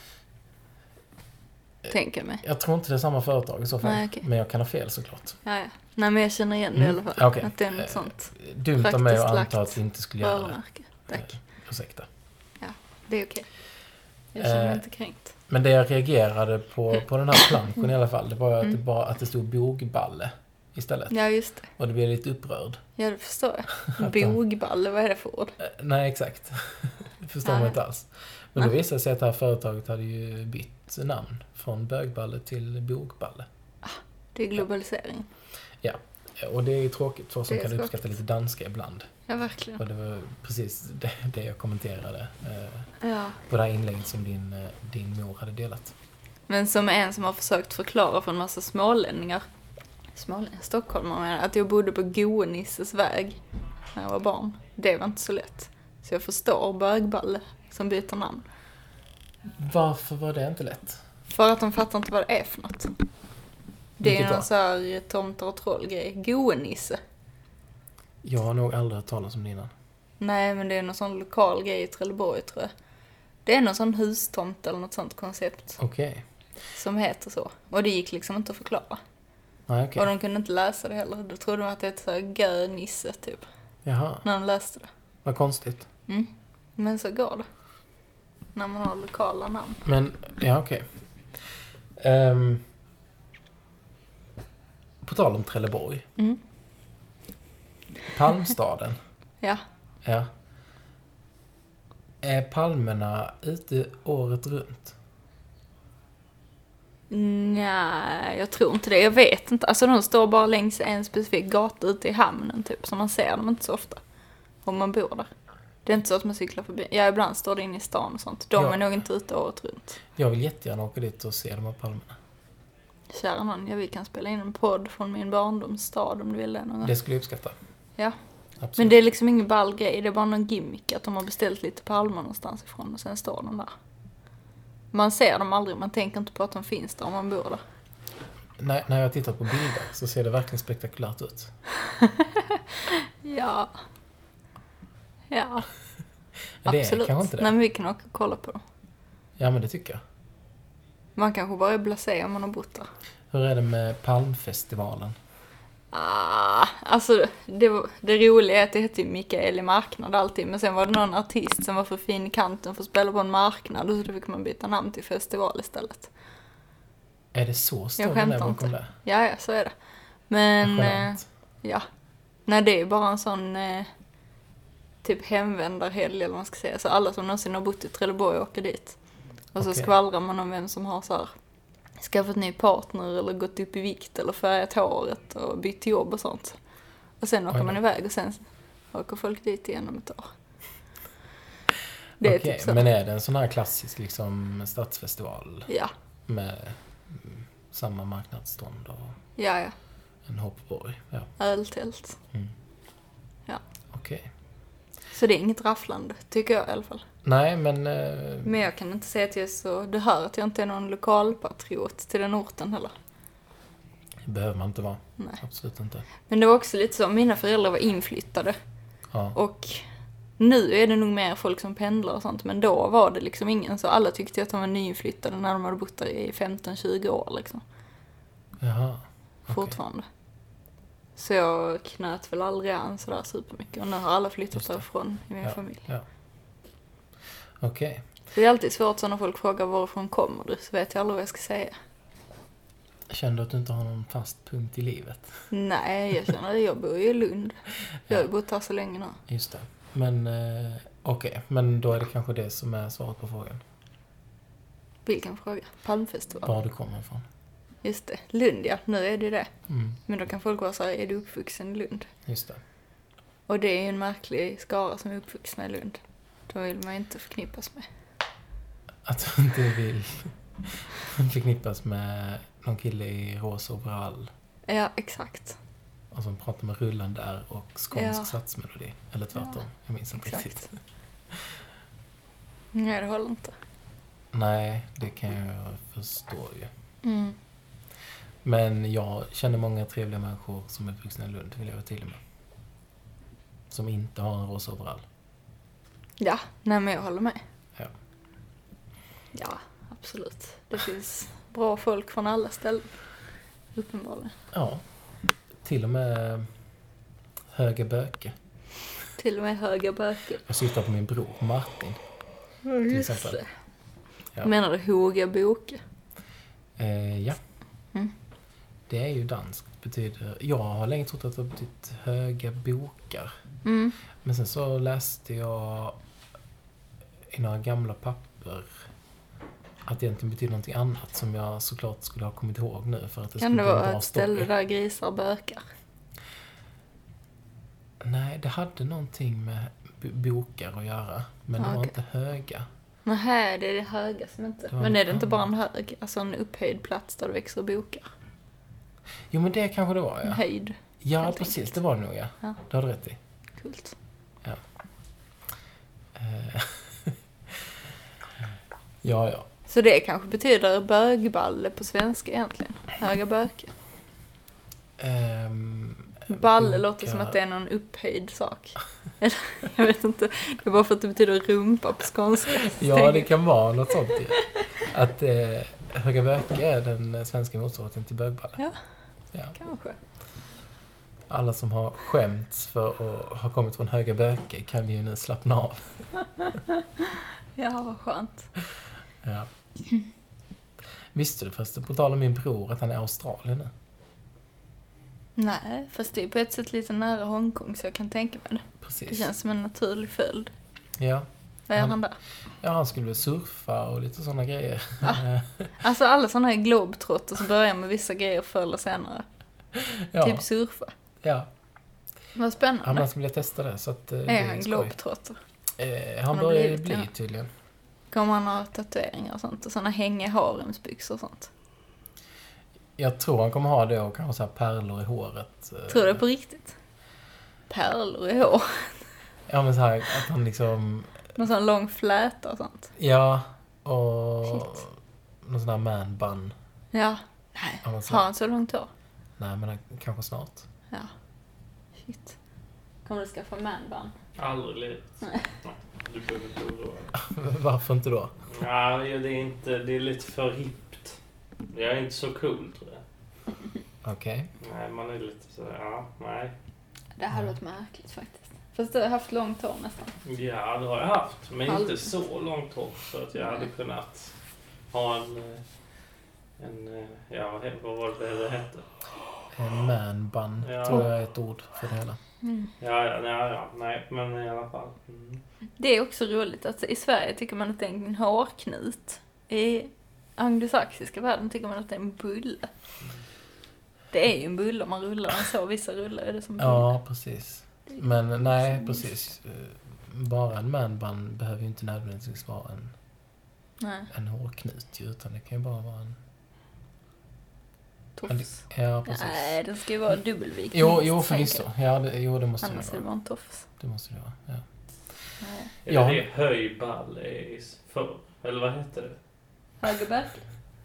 A: Tänker jag mig.
B: Jag tror inte det är samma företag i så fall.
A: Nej, okej.
B: Men jag kan ha fel såklart.
A: Ja, ja. Nej, men jag känner igen det i alla
B: Mm,
A: fall.
B: okej.
A: Att det är
B: Eh,
A: något sånt
B: Dumt av
A: Praktiskt
B: mig att
A: lagt
B: anta att vi inte skulle göra det. Eh,
A: varumärke. Tack.
B: Ursäkta.
A: Det är okej. Jag känner mig
B: Eh,
A: inte kränkt.
B: Men det jag reagerade på, på den här planschen i alla fall, det var ju att det,
A: Mm.
B: bara, att det stod bogballe istället.
A: Ja, just det.
B: Och det blev lite upprörd.
A: Ja, det förstår jag.
B: (laughs) Att de-
A: Bogballe, vad är det för ord?
B: Eh, Nej, exakt. (laughs) Det förstår man
A: Nej.
B: inte alls. Men då
A: Nej.
B: visade det sig att det här företaget hade ju bytt namn från bögballe till bogballe.
A: Det är globalisering.
B: Eh, Och det är ju tråkigt för oss som
A: Det är
B: kan
A: tråkigt.
B: uppskatta lite danska ibland.
A: Ja, verkligen.
B: Och det var precis det, det jag kommenterade eh,
A: Ja.
B: på det här inlägget som din, eh, din mor hade delat.
A: Men som en som har försökt förklara för en massa smålänningar, smålänningar, stockholmare menar jag, att jag bodde på Gonisses väg när jag var barn. Det var inte så lätt. Så jag förstår bögballe som byter namn.
B: Varför var det inte lätt?
A: För att de fattar inte vad det är för något. Det
B: Vilket
A: är
B: då?
A: någon så här tomtar och troll-grej. Goenisse.
B: Jag har nog aldrig hört talas om det innan.
A: Nej, men det är någon sån lokal grej i Trelleborg tror jag. Det är någon sån hustomt eller något sånt koncept
B: Okej.
A: som heter så. Och det gick liksom inte att förklara.
B: Nej, okej.
A: Och de kunde inte läsa det heller. Då trodde de att det hette så här gö-nisse typ.
B: Jaha,
A: När de läste det.
B: vad konstigt.
A: Mm. Men så går det. När man har lokala namn.
B: Men, ja okej. Ehm, på tal om Trelleborg.
A: Mm. (laughs)
B: Palmstaden.
A: Ja.
B: ja. Är palmerna ute året runt?
A: Nej, jag tror inte det. Jag vet inte. Alltså de står bara längs en specifik gata ute i hamnen typ. Så man ser dem inte så ofta. Om man bor där. Det är inte så att man cyklar förbi. Ja, ibland står det inne i stan och sånt. De
B: Ja.
A: är nog inte ute året runt.
B: Jag vill jättegärna åka dit och se de här palmerna.
A: Kära någon, ja, vi kan spela in en podd från min barndomsstad om du vill det någon gång.
B: Det skulle jag uppskatta.
A: Ja.
B: Absolut.
A: Men det är liksom ingen ball grej, det är bara någon gimmick att de har beställt lite palmer någonstans ifrån och sen står de där. Man ser dem aldrig, man tänker inte på att de finns där om man bor där.
B: när, när jag tittar på bilder så ser det verkligen spektakulärt ut.
A: Ja. Ja,
B: Men det
A: absolut.
B: är kanske inte det.
A: Nej men vi kan åka och kolla på dem.
B: Ja, men det tycker jag.
A: Man kanske bara är blasé om man har bott där.
B: Hur är det med palmfestivalen?
A: Ah, alltså det, var, det roliga är att det hette ju Mikael i marknad alltid, men sen var det någon artist som var för fin i kanten för att spela på en marknad och så då fick man byta namn till festival istället.
B: Är det så står
A: Jag
B: den där
A: skämtar
B: bakom
A: inte.
B: det?
A: Ja, ja, så är det. Men... Eh,
B: Skönt.
A: Ja. Nej, det är ju bara en sån eh, typ hemvändarhelg eller vad man ska säga. Så alla som någonsin har bott i Trelleborg åker dit. Och så
B: Okej.
A: skvallrar man om vem som har så här skaffat ny partner eller gått upp i vikt eller färgat håret och bytt jobb och sånt. Och sen åker
B: Oj då.
A: man iväg och sen åker folk dit igen om ett år. Det är
B: Okej,
A: typ så.
B: Men är det en sån här klassisk liksom, stadsfestival
A: Ja,
B: med mm, samma marknadsstånd och
A: ja, ja.
B: en hoppborg? Ja,
A: Öltält.
B: okej.
A: Så det är inget rafflande, tycker jag i alla fall.
B: Nej, men... eh,
A: Men jag kan inte säga att jag är så... Du hör att jag inte är någon lokalpatriot till den orten heller.
B: det behöver man inte vara.
A: Nej.
B: Absolut inte.
A: Men det var också lite så, mina föräldrar var inflyttade
B: Ja,
A: och nu är det nog mer folk som pendlar och sånt, men då var det liksom ingen så. Alla tyckte att de var nyinflyttade när de hade bott där i 15-20 år liksom,
B: jaha. Okej.
A: fortfarande. Så jag knöt väl aldrig an sådär supermycket och nu har alla flyttat
B: Just det.
A: därifrån i min familj.
B: Okej.
A: Så det är alltid svårt så när folk frågar varifrån kommer du, så vet jag aldrig vad jag ska säga.
B: Känner du att du inte har någon fast punkt i livet?
A: Nej, jag känner det. Jag bor ju i Lund. Jag har ju bott här så länge nu.
B: Just det. Men eh, okej, men då är det kanske det som är svaret på frågan.
A: Vilken fråga? Palmfestival?
B: Var du kommer ifrån.
A: Just det. Lund ja, nu är det ju det.
B: Mm,
A: Men då kan folk vara såhär, är du uppvuxen i Lund?
B: just det.
A: Och det är ju en märklig skara som är uppvuxna i Lund. De vill man ju inte förknippas med.
B: Att du inte vill (laughs) förknippas med någon kille i rosa overall
A: Ja, exakt.
B: och som pratar med rullande R och skånsk
A: Ja.
B: satsmelodi. Eller tvärtom, jag minns inte riktigt.
A: Exakt. Nej, det håller inte.
B: Nej, det kan jag förstå ju.
A: Mm.
B: Men jag känner många trevliga människor som är vuxna i Lund, vill jag vara tydlig med. Som inte har en rosa overall.
A: Ja, nej men jag håller med.
B: Ja.
A: Ja, absolut. Det finns bra folk från alla ställen. Uppenbarligen.
B: Ja, till och med höga böke.
A: Till och med höga böcker.
B: Jag syftar på min bror Martin. just exempel. det. Ja.
A: Menar du Hoga Boke?
B: Eh, ja.
A: Mm.
B: Det är ju danskt. Betyder, jag har länge trott att det har betytt höga bokar.
A: Mm.
B: Men sen så läste jag i några gamla papper att det egentligen betyder någonting annat som jag såklart skulle ha kommit ihåg nu för att det
A: Kan
B: skulle
A: det
B: bli en
A: vara
B: bra
A: ett ställe
B: story.
A: där grisar bökar?
B: Nej, det hade någonting med b- bokar att göra. Men
A: Ah,
B: det var
A: okej.
B: inte höga.
A: Nähä, det är det höga som inte...
B: Det var
A: Men
B: en
A: är det inte
B: annan.
A: bara en hög, alltså en upphöjd plats där det växer bokar?
B: Jo, men det kanske det var
A: En
B: ja.
A: höjd.
B: Ja,
A: helt
B: precis.
A: enkelt. (laughs)
B: Det var det nog ja.
A: Ja.
B: Det har du rätt i.
A: Kult.
B: Ja. Ja, ja.
A: Så det kanske betyder bögballe på svenska egentligen. Höga böke.
B: Ehm,
A: Balle
B: Bunka.
A: låter som att det är någon upphöjd
B: (laughs)
A: sak. Eller, jag vet inte. Det är bara för att det betyder rumpa på skånska. (laughs)
B: ja, det kan vara något sånt ju. Att eh, Höga Böke är den eh, svenska motsvarigheten till bögballe.
A: Ja.
B: Ja.
A: Kanske.
B: Alla som har skämts för att ha kommit från Höga Böke kan ju nu slappna av.
A: Ja, vad skönt.
B: Ja. Visste du förresten, på tal om min bror, att han är Australien nu?
A: Nej, fast det är på ett sätt lite nära Hongkong så jag kan tänka mig det. Det
B: Precis.
A: känns som en naturlig följd.
B: Ja.
A: Vad gör
B: Han-
A: han där?
B: ja, han skulle väl surfa och lite sådana grejer.
A: Alltså alla sådana här globetrotters börjar med vissa grejer förr eller senare.
B: (laughs) ja,
A: Typ surfa.
B: ja.
A: Vad
B: Han
A: spännande.
B: bara skulle testa det. Så att, eh, det
A: är han
B: skoj.
A: globetrotter?
B: Eh,
A: Han
B: han
A: har
B: börjar ju
A: blivit det
B: bli
A: nu.
B: tydligen.
A: Kommer han ha tatueringar och sånt? Och sådana hänge haremsbyxor och sånt?
B: Jag tror han kommer ha det och kanske så här pärlor i håret. eh,
A: Tror du det på riktigt? Pärlor i hår. (laughs)
B: Ja men så här att han liksom,
A: Någon sån lång fläta och sånt.
B: ja och
A: Shit.
B: någon sån här man bun.
A: Ja. Nej.
B: Ja, men så-
A: Har han så långt hår?
B: Nej men han, kanske snart. (laughs)
A: Ja. Shit. Kommer du skaffa manband?
C: Aldrig i livet. Du behöver inte oroa dig.
B: Varför inte då?
C: Nej, det är, inte, det är lite för hippt. Jag är inte så cool, tror jag.
B: Okej.
C: Nej, man är lite så ja, nej.
A: Det hade varit märkligt faktiskt. Fast du har haft långt hår nästan.
C: Ja, det har jag haft. Men
A: Halv.
C: inte så långt hår så att jag hade kunnat ha en... eh, en eh, ja, vad he- vad var det det hette?
B: En man bun
C: Ja.
B: tror jag är ett ord för det hela.
A: Mm.
C: Ja, ja, ja, ja, nej, men i alla fall. Mm.
A: Det är också roligt att i Sverige tycker man att det är en hårknut. I anglosaxiska världen tycker man att det är en bulle. Det är ju en bulle om man rullar den så. Vissa rullar är det som en bulle.
B: Ja, precis. Men nej, precis. Eh, Bara en man bun behöver ju inte nödvändigtvis vara en,
A: Nej,
B: en hårknut ju, utan det kan ju bara vara en...
A: tofs.
B: Ja, precis.
A: Nej, den ska ju vara dubbelvikt.
B: Jo,
A: minst, tänker
B: jo
A: jag.
B: förvisso. Ja, det, jo, det måste det
A: Annars är det
B: vara.
A: bara en tofs.
B: Det måste det vara, ja.
A: Nej.
C: Eller
B: Ja.
C: det är höjball i s- förr. Eller vad hette det?
A: Högerbög?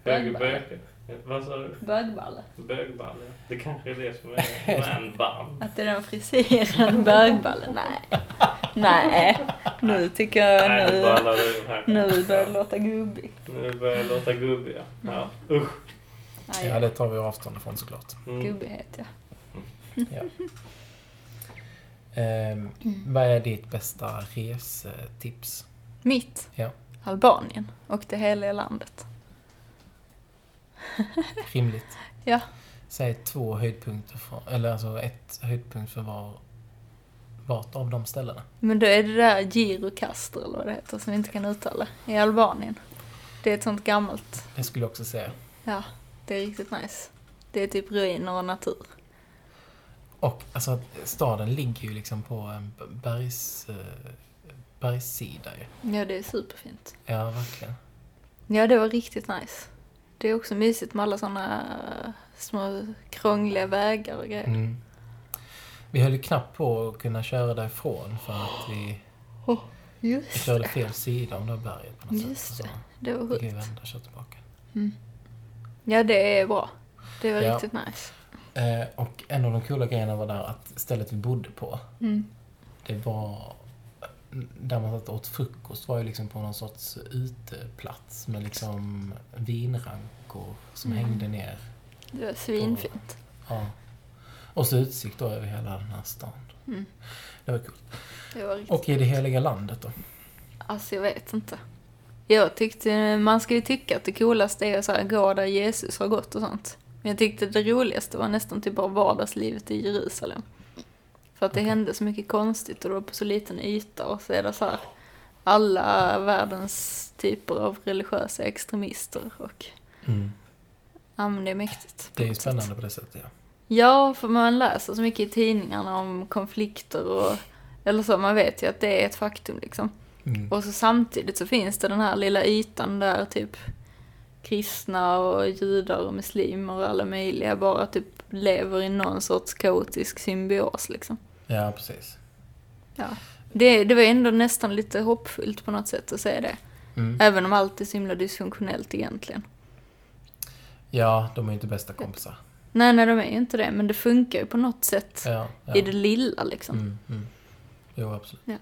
A: Bögballe.
C: Högerböke? Vad sa du?
A: Bögballe.
C: Bögball, ja. Det kanske är det som är manband.
A: Att det är den
B: (laughs)
A: frisyren, bögballe. Nej. Nej. Nu tycker jag
C: Nej, nu
A: nu...
C: ballar det ur här.
A: Nu börjar det låta gubbig.
C: Nu börjar jag låta gubbig, ja. ja. Usch.
A: Aj,
B: Ja, det tar vi avstånd ifrån såklart.
C: Mm.
A: Gubbighet, ja.
B: Ehm, vad är ditt bästa resetips?
A: Mitt.
B: Ja.
A: Albanien och det heliga landet.
B: Rimligt.
A: (laughs) Ja.
B: Säg två höjdpunkter, från, eller alltså ett höjdpunkt för var, vart av de ställena.
A: Men då är det där Girokastr eller vad det heter som vi inte kan uttala i Albanien. Det är ett sånt gammalt.
B: Det skulle jag också säga.
A: Ja, det är riktigt nice. Det är typ ruiner och natur.
B: Och alltså, staden ligger ju liksom på en b- bergs, eh, bergssida ju.
A: Ja, det är superfint.
B: Ja, verkligen.
A: Ja, det var riktigt nice. Det är också mysigt med alla såna eh, små krångliga vägar och grejer.
B: Mm. Vi höll ju knappt på att kunna köra därifrån för att vi vi
A: Just
B: körde
A: det.
B: fel sida om det här berget på något
A: Just
B: sätt. Alltså,
A: Det var
B: Så fick vi
A: sjukt.
B: vända och köra tillbaka.
A: Ja, det är bra. Det var
B: Ja.
A: riktigt nice.
B: Eh, och en av de coola grejerna var där att stället vi bodde på,
A: Mm.
B: det var... Där man satt och åt frukost var ju liksom på någon sorts uteplats med liksom vinrankor som
A: Mm.
B: hängde ner.
A: Det var svinfint.
B: Ja. Och så utsikt då över hela den här stan.
A: Mm.
B: Det var coolt.
A: Det var riktigt...
B: Och i det heliga landet då?
A: Alltså, jag vet inte. Jag tyckte... Man ska ju tycka att det coolaste är att så här, gå där Jesus har gått och sånt. Men jag tyckte det roligaste var nästan typ bara vardagslivet i Jerusalem. För att det hände så mycket konstigt och det var på så liten yta och så är det så här alla världens typer av religiösa extremister och ja men det är mäktigt.
B: Det är ju spännande på det sättet ja.
A: Ja, för man läser så mycket i tidningarna om konflikter och eller så, man vet ju att det är ett faktum liksom.
B: Mm.
A: Och så samtidigt så finns det den här lilla ytan där typ kristna och judar och muslimer och alla möjliga bara typ lever i någon sorts kaotisk symbios liksom.
B: Ja, precis.
A: Det, det var ändå nästan lite hoppfullt på något sätt att se det.
B: Mm.
A: Även om allt är så himla dysfunktionellt egentligen.
B: Ja, de är ju inte bästa kompisar.
A: Nej, nej, de är ju inte det, men det funkar ju på något sätt
B: Ja, ja.
A: i det lilla liksom.
B: Mm, mm. Jo, absolut.
A: Ja.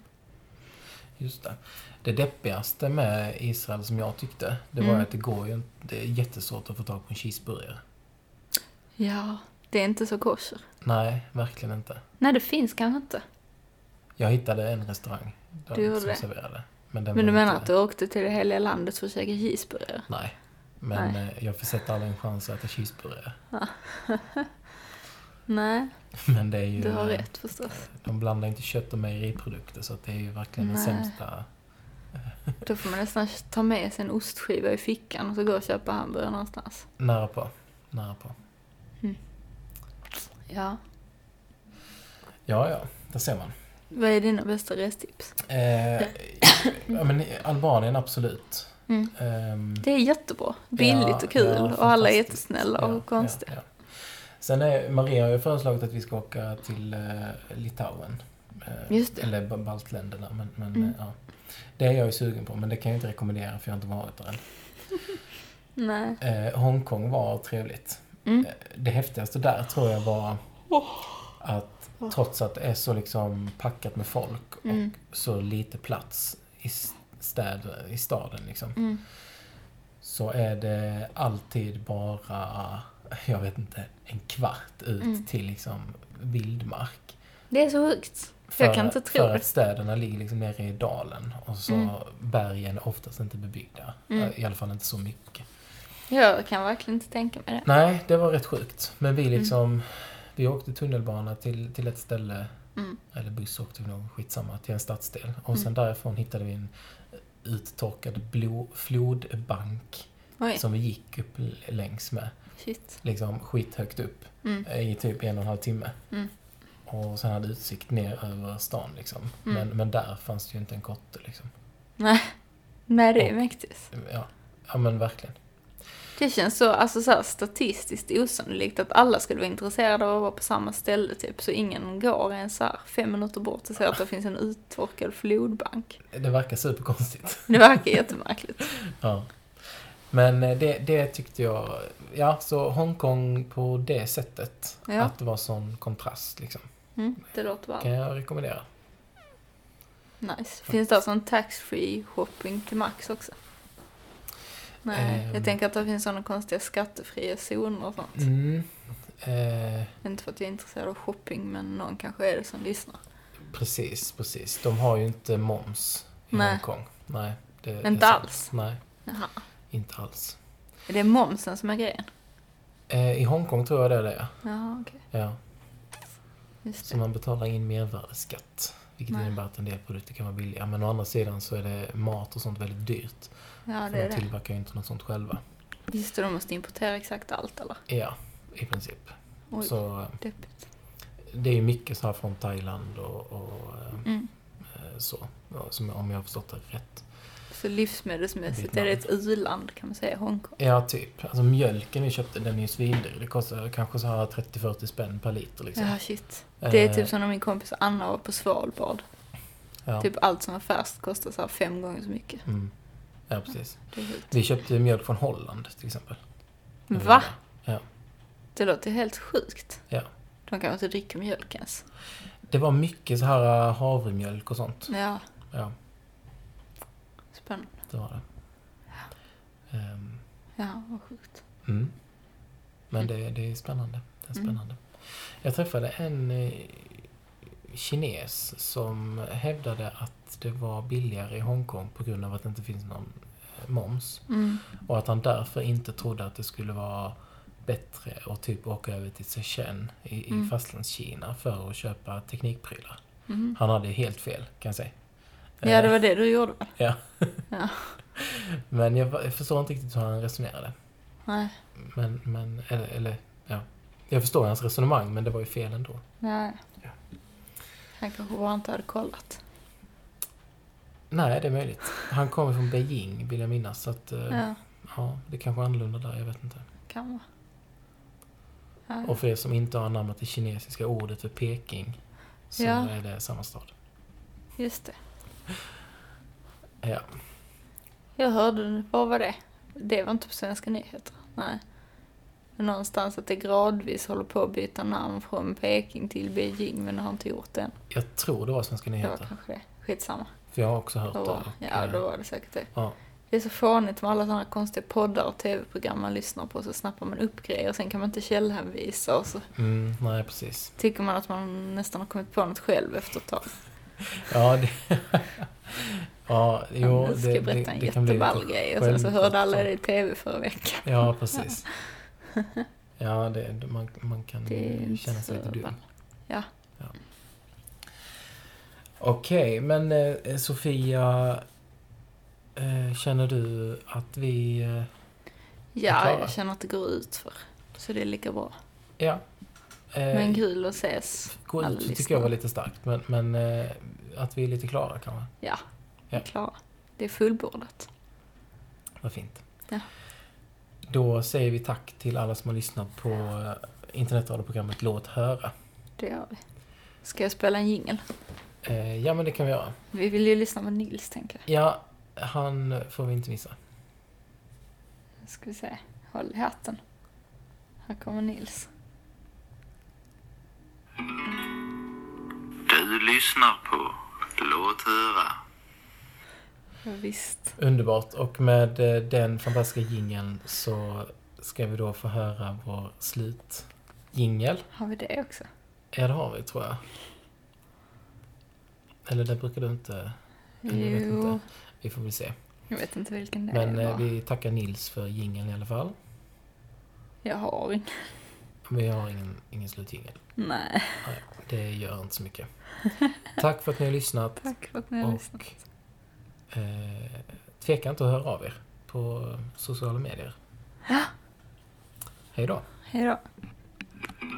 B: Just det. Det deppigaste med Israel som jag tyckte, det var
A: Mm.
B: ju att det går ju inte, det är jättesvårt att få tag på en cheeseburgare.
A: Ja, det är inte så kosher.
B: Nej, verkligen inte.
A: Nej, det finns kanske inte.
B: Jag hittade en restaurang där
A: Du gjorde
B: som
A: det?
B: serverade. Men, den
A: Men du
B: var
A: menar
B: inte-
A: att du åkte till det heliga landet för att käka cheeseburgare?
B: Nej. Men eh, jag försätter aldrig en chans att äta cheeseburgare. (laughs)
A: Nej,
B: Men det är ju...
A: du har
B: eh,
A: rätt förstås.
B: De blandar inte kött och mejeriprodukter så att det är ju verkligen
A: Nej.
B: den sämsta...
A: Då får man nästan ta med sig en ostskiva i fickan och så gå och köpa hamburgare någonstans.
B: Nära på. Nära på.
A: Ja.
B: Ja, ja. Där ser man.
A: Vad är dina bästa restips?
B: Eh, ja, men Albanien, absolut.
A: Mm.
B: Ehm,
A: Det är jättebra. Billigt
B: ja,
A: och kul
B: ja,
A: och alla är
B: fantastiskt.
A: jättesnälla
B: ja,
A: och konstiga.
B: Ja, ja. Sen är, Maria har ju föreslagit att vi ska åka till eh, Litauen. Eh,
A: Just det.
B: Eller ba- baltländerna. Men, men,
A: Mm.
B: eh, ja. Det är jag ju sugen på, men det kan jag inte rekommendera för jag har inte varit där än.
A: Nej.
B: Eh, Hongkong var trevligt.
A: Mm.
B: Eh, Det häftigaste där tror jag var att trots att det är så liksom packat med folk och
A: Mm.
B: så lite plats i, städer, i staden liksom.
A: Mm.
B: Så är det alltid bara, jag vet inte, en kvart ut
A: Mm.
B: till liksom vildmark.
A: Det är så högt. Jag kan inte tro
B: för
A: det.
B: att städerna ligger liksom nere i dalen och så
A: Mm.
B: bergen är oftast inte bebyggda. Eh,
A: Mm.
B: I alla fall inte så mycket.
A: Jag kan verkligen inte tänka mig det.
B: Nej, det var rätt sjukt. Men vi
A: Mm.
B: liksom, vi åkte tunnelbana till, till ett ställe,
A: Mm.
B: eller buss åkte vi nog, skitsamma, till en stadsdel. Och
A: Mm.
B: sen därifrån hittade vi en uttorkad blo, flodbank
A: Oj,
B: som vi gick upp l- längs med.
A: shit.
B: Liksom skithögt upp
A: Mm.
B: i typ en och en halv timme.
A: Mm.
B: Och sen hade utsikt ner över stan liksom.
A: Mm.
B: Men, men där fanns det ju inte en kotte liksom.
A: Nej, det är mäktigt.
B: Ja, ja men verkligen.
A: Det känns så, alltså så här, statistiskt osannolikt att alla skulle vara intresserade av att vara på samma ställe typ. Så ingen går ens så här fem minuter bort och ser att det finns en uttorkad flodbank.
B: Det verkar superkonstigt. (laughs)
A: Det verkar jättemärkligt.
B: Ja. Men eh, det, det tyckte jag... Ja, så Hongkong på det sättet.
A: Ja.
B: Att det var sån kontrast liksom.
A: Mm, det låter
B: Kan
A: varmt.
B: jag rekommendera.
A: Nice. Finns det alltså en tax-free shopping till Max också? Nej,
B: Ehm.
A: jag tänker att det finns sådana konstiga skattefria zoner och sånt.
B: Mm. Eh,
A: Inte för att jag är intresserad av shopping, men någon kanske är det som lyssnar.
B: precis, precis. De har ju inte moms i
A: Nej.
B: Hongkong. Nej. Det, det är
A: Inte
B: sant.
A: alls.
B: Nej,
A: Jaha.
B: inte alls.
A: Är det momsen som är grejen?
B: Eh, I Hongkong tror jag det är det,
A: Jaha, okej.
B: ja. ja.
A: Just
B: Så
A: det.
B: man betalar in mervärdesskatt. Vilket
A: Nej.
B: innebär att en del produkter kan vara billiga. Men å andra sidan så är det mat och sånt väldigt dyrt.
A: Ja,
B: för
A: det är
B: de
A: det.
B: tillverkar ju inte något sånt själva.
A: Just det, de måste importera exakt allt, eller?
B: Ja, i princip.
A: Oj,
B: Så eh,
A: deppigt.
B: Det är ju mycket så här från Thailand och, och
A: Mm.
B: eh, så. Ja, Som, om jag har förstått det rätt.
A: Så livsmedelsmässigt är
B: Vietnam.
A: det ett u-land, kan man säga, Hongkong.
B: Ja, typ. Alltså mjölken vi köpte, den är ju svindyr. Det kostar kanske så här 30-40 spänn per liter liksom.
A: Ja, shit. Det är
B: Eh,
A: typ som när min kompis Anna var på Svalbard.
B: ja.
A: Typ allt som var färskt kostar så här fem gånger så mycket.
B: Mm. Ja, precis.
A: Det är helt...
B: Vi köpte mjölk från Holland till exempel.
A: Va?
B: Mm. Ja.
A: Det låter helt sjukt.
B: Ja.
A: De kanske inte dricker mjölk ens.
B: Det var mycket så här eh, havremjölk och sånt.
A: Ja,
B: Ja,
A: spännande.
B: det var det. Ehm,
A: Ja, vad sjukt.
B: Mm. Men det, det är spännande. Det är
A: Mm.
B: spännande. Jag träffade en eh, kines som hävdade att det var billigare i Hongkong på grund av att det inte finns någon eh, moms.
A: Mm.
B: Och att han därför inte trodde att det skulle vara bättre att typ åka över till Shenzhen i, i
A: Mm.
B: fastlandskina för att köpa teknikprylar.
A: Mhm.
B: Han hade helt fel kan jag säga.
A: Ja, det
B: Eh,
A: var det du gjorde va?
B: ja.
A: Ja.
B: Men jag, jag förstår inte riktigt hur han resonerade.
A: Nej.
B: Men, men eller, eller, ja. Jag förstår hans resonemang, men det var ju fel ändå.
A: Nej.
B: Ja.
A: Han kanske bara inte hade kollat.
B: Nej, det är möjligt. Han kommer från Beijing, vill jag minnas. Så att, eh, ja.
A: Ja,
B: det kanske är annorlunda där, jag vet inte.
A: kan vara. Ja, ja.
B: Och för er som inte har anammat det kinesiska ordet för Peking, så
A: Ja.
B: är det samma stad.
A: just det.
B: Ja.
A: Jag hörde, vad var det? Det var inte på Svenska nyheter. Nej. Men någonstans att det gradvis håller på att byta namn från Peking till Beijing, men det har inte gjort det än.
B: Jag tror det var Svenska
A: Det var
B: nyheter.
A: kanske det. Skitsamma.
B: För jag har också hört
A: Då
B: det.
A: var,
B: och,
A: ja,
B: eh,
A: då var det säkert det.
B: ja.
A: Det är så fånigt med alla sådana konstiga poddar och tv-program man lyssnar på, så snappar man upp grejer och sen kan man inte källhänvisa och så
B: Mm, nej, precis.
A: tycker man att man nästan har kommit på något själv efter ett tag.
B: Ja, det... (laughs) ja, jo,
A: jag ska
B: det, det,
A: berätta en
B: det kan bli
A: jätteball
B: lite
A: grej och sen så
B: självklart
A: hörde alla
B: så.
A: det i tv förra veckan.
B: Ja, precis. Ja, det, man, man kan
A: Det är
B: ju
A: inte
B: känna sig
A: så
B: lite dum.
A: ball. Ja.
B: ja. Okej, men eh, Sofia, eh, känner du att vi... Eh, Jag
A: Ja,
B: klarar.
A: jag känner att det går ut för. Så det är lika bra.
B: ja. Eh,
A: Men kul att ses.
B: gå
A: alla
B: ut så tycker
A: lyssnar.
B: jag var lite starkt, men, men eh, att vi är lite klara kanske.
A: Ja, vi är
B: Ja.
A: klara. Det är fullbordat.
B: Vad fint.
A: Ja.
B: Då säger vi tack till alla som har lyssnat på eh, internetradioprogrammet Låt höra.
A: Det gör vi. Ska jag spela en jingel?
B: Eh, ja, men det kan vi göra.
A: Vi vill ju lyssna på Nils, tänker
B: Ja, han får vi inte missa.
A: jag. Ska vi se. Håll i hatten. Här kommer Nils.
D: Du lyssnar på Låt höra.
A: Ja, visst.
B: Underbart. Och med eh, den fantastiska jingeln så ska vi då få höra vår slutjingel.
A: Har vi det också?
B: Ja, det har vi tror jag. Eller det brukar du inte... Eller jag vet
A: Jo.
B: inte. Vi får väl se.
A: Jag vet inte vilken det
B: Men
A: är.
B: eh,
A: bara.
B: vi tackar Nils för jingeln i alla fall.
A: Jag har ingen.
B: Men jag har ingen, ingen slutjingel.
A: Nej.
B: Nej, det gör inte så mycket.
A: (laughs)
B: Tack för att ni har lyssnat.
A: Tack för att ni har lyssnat.
B: Och eh, tveka inte att höra av er på sociala medier. Hej då.
A: Hej då.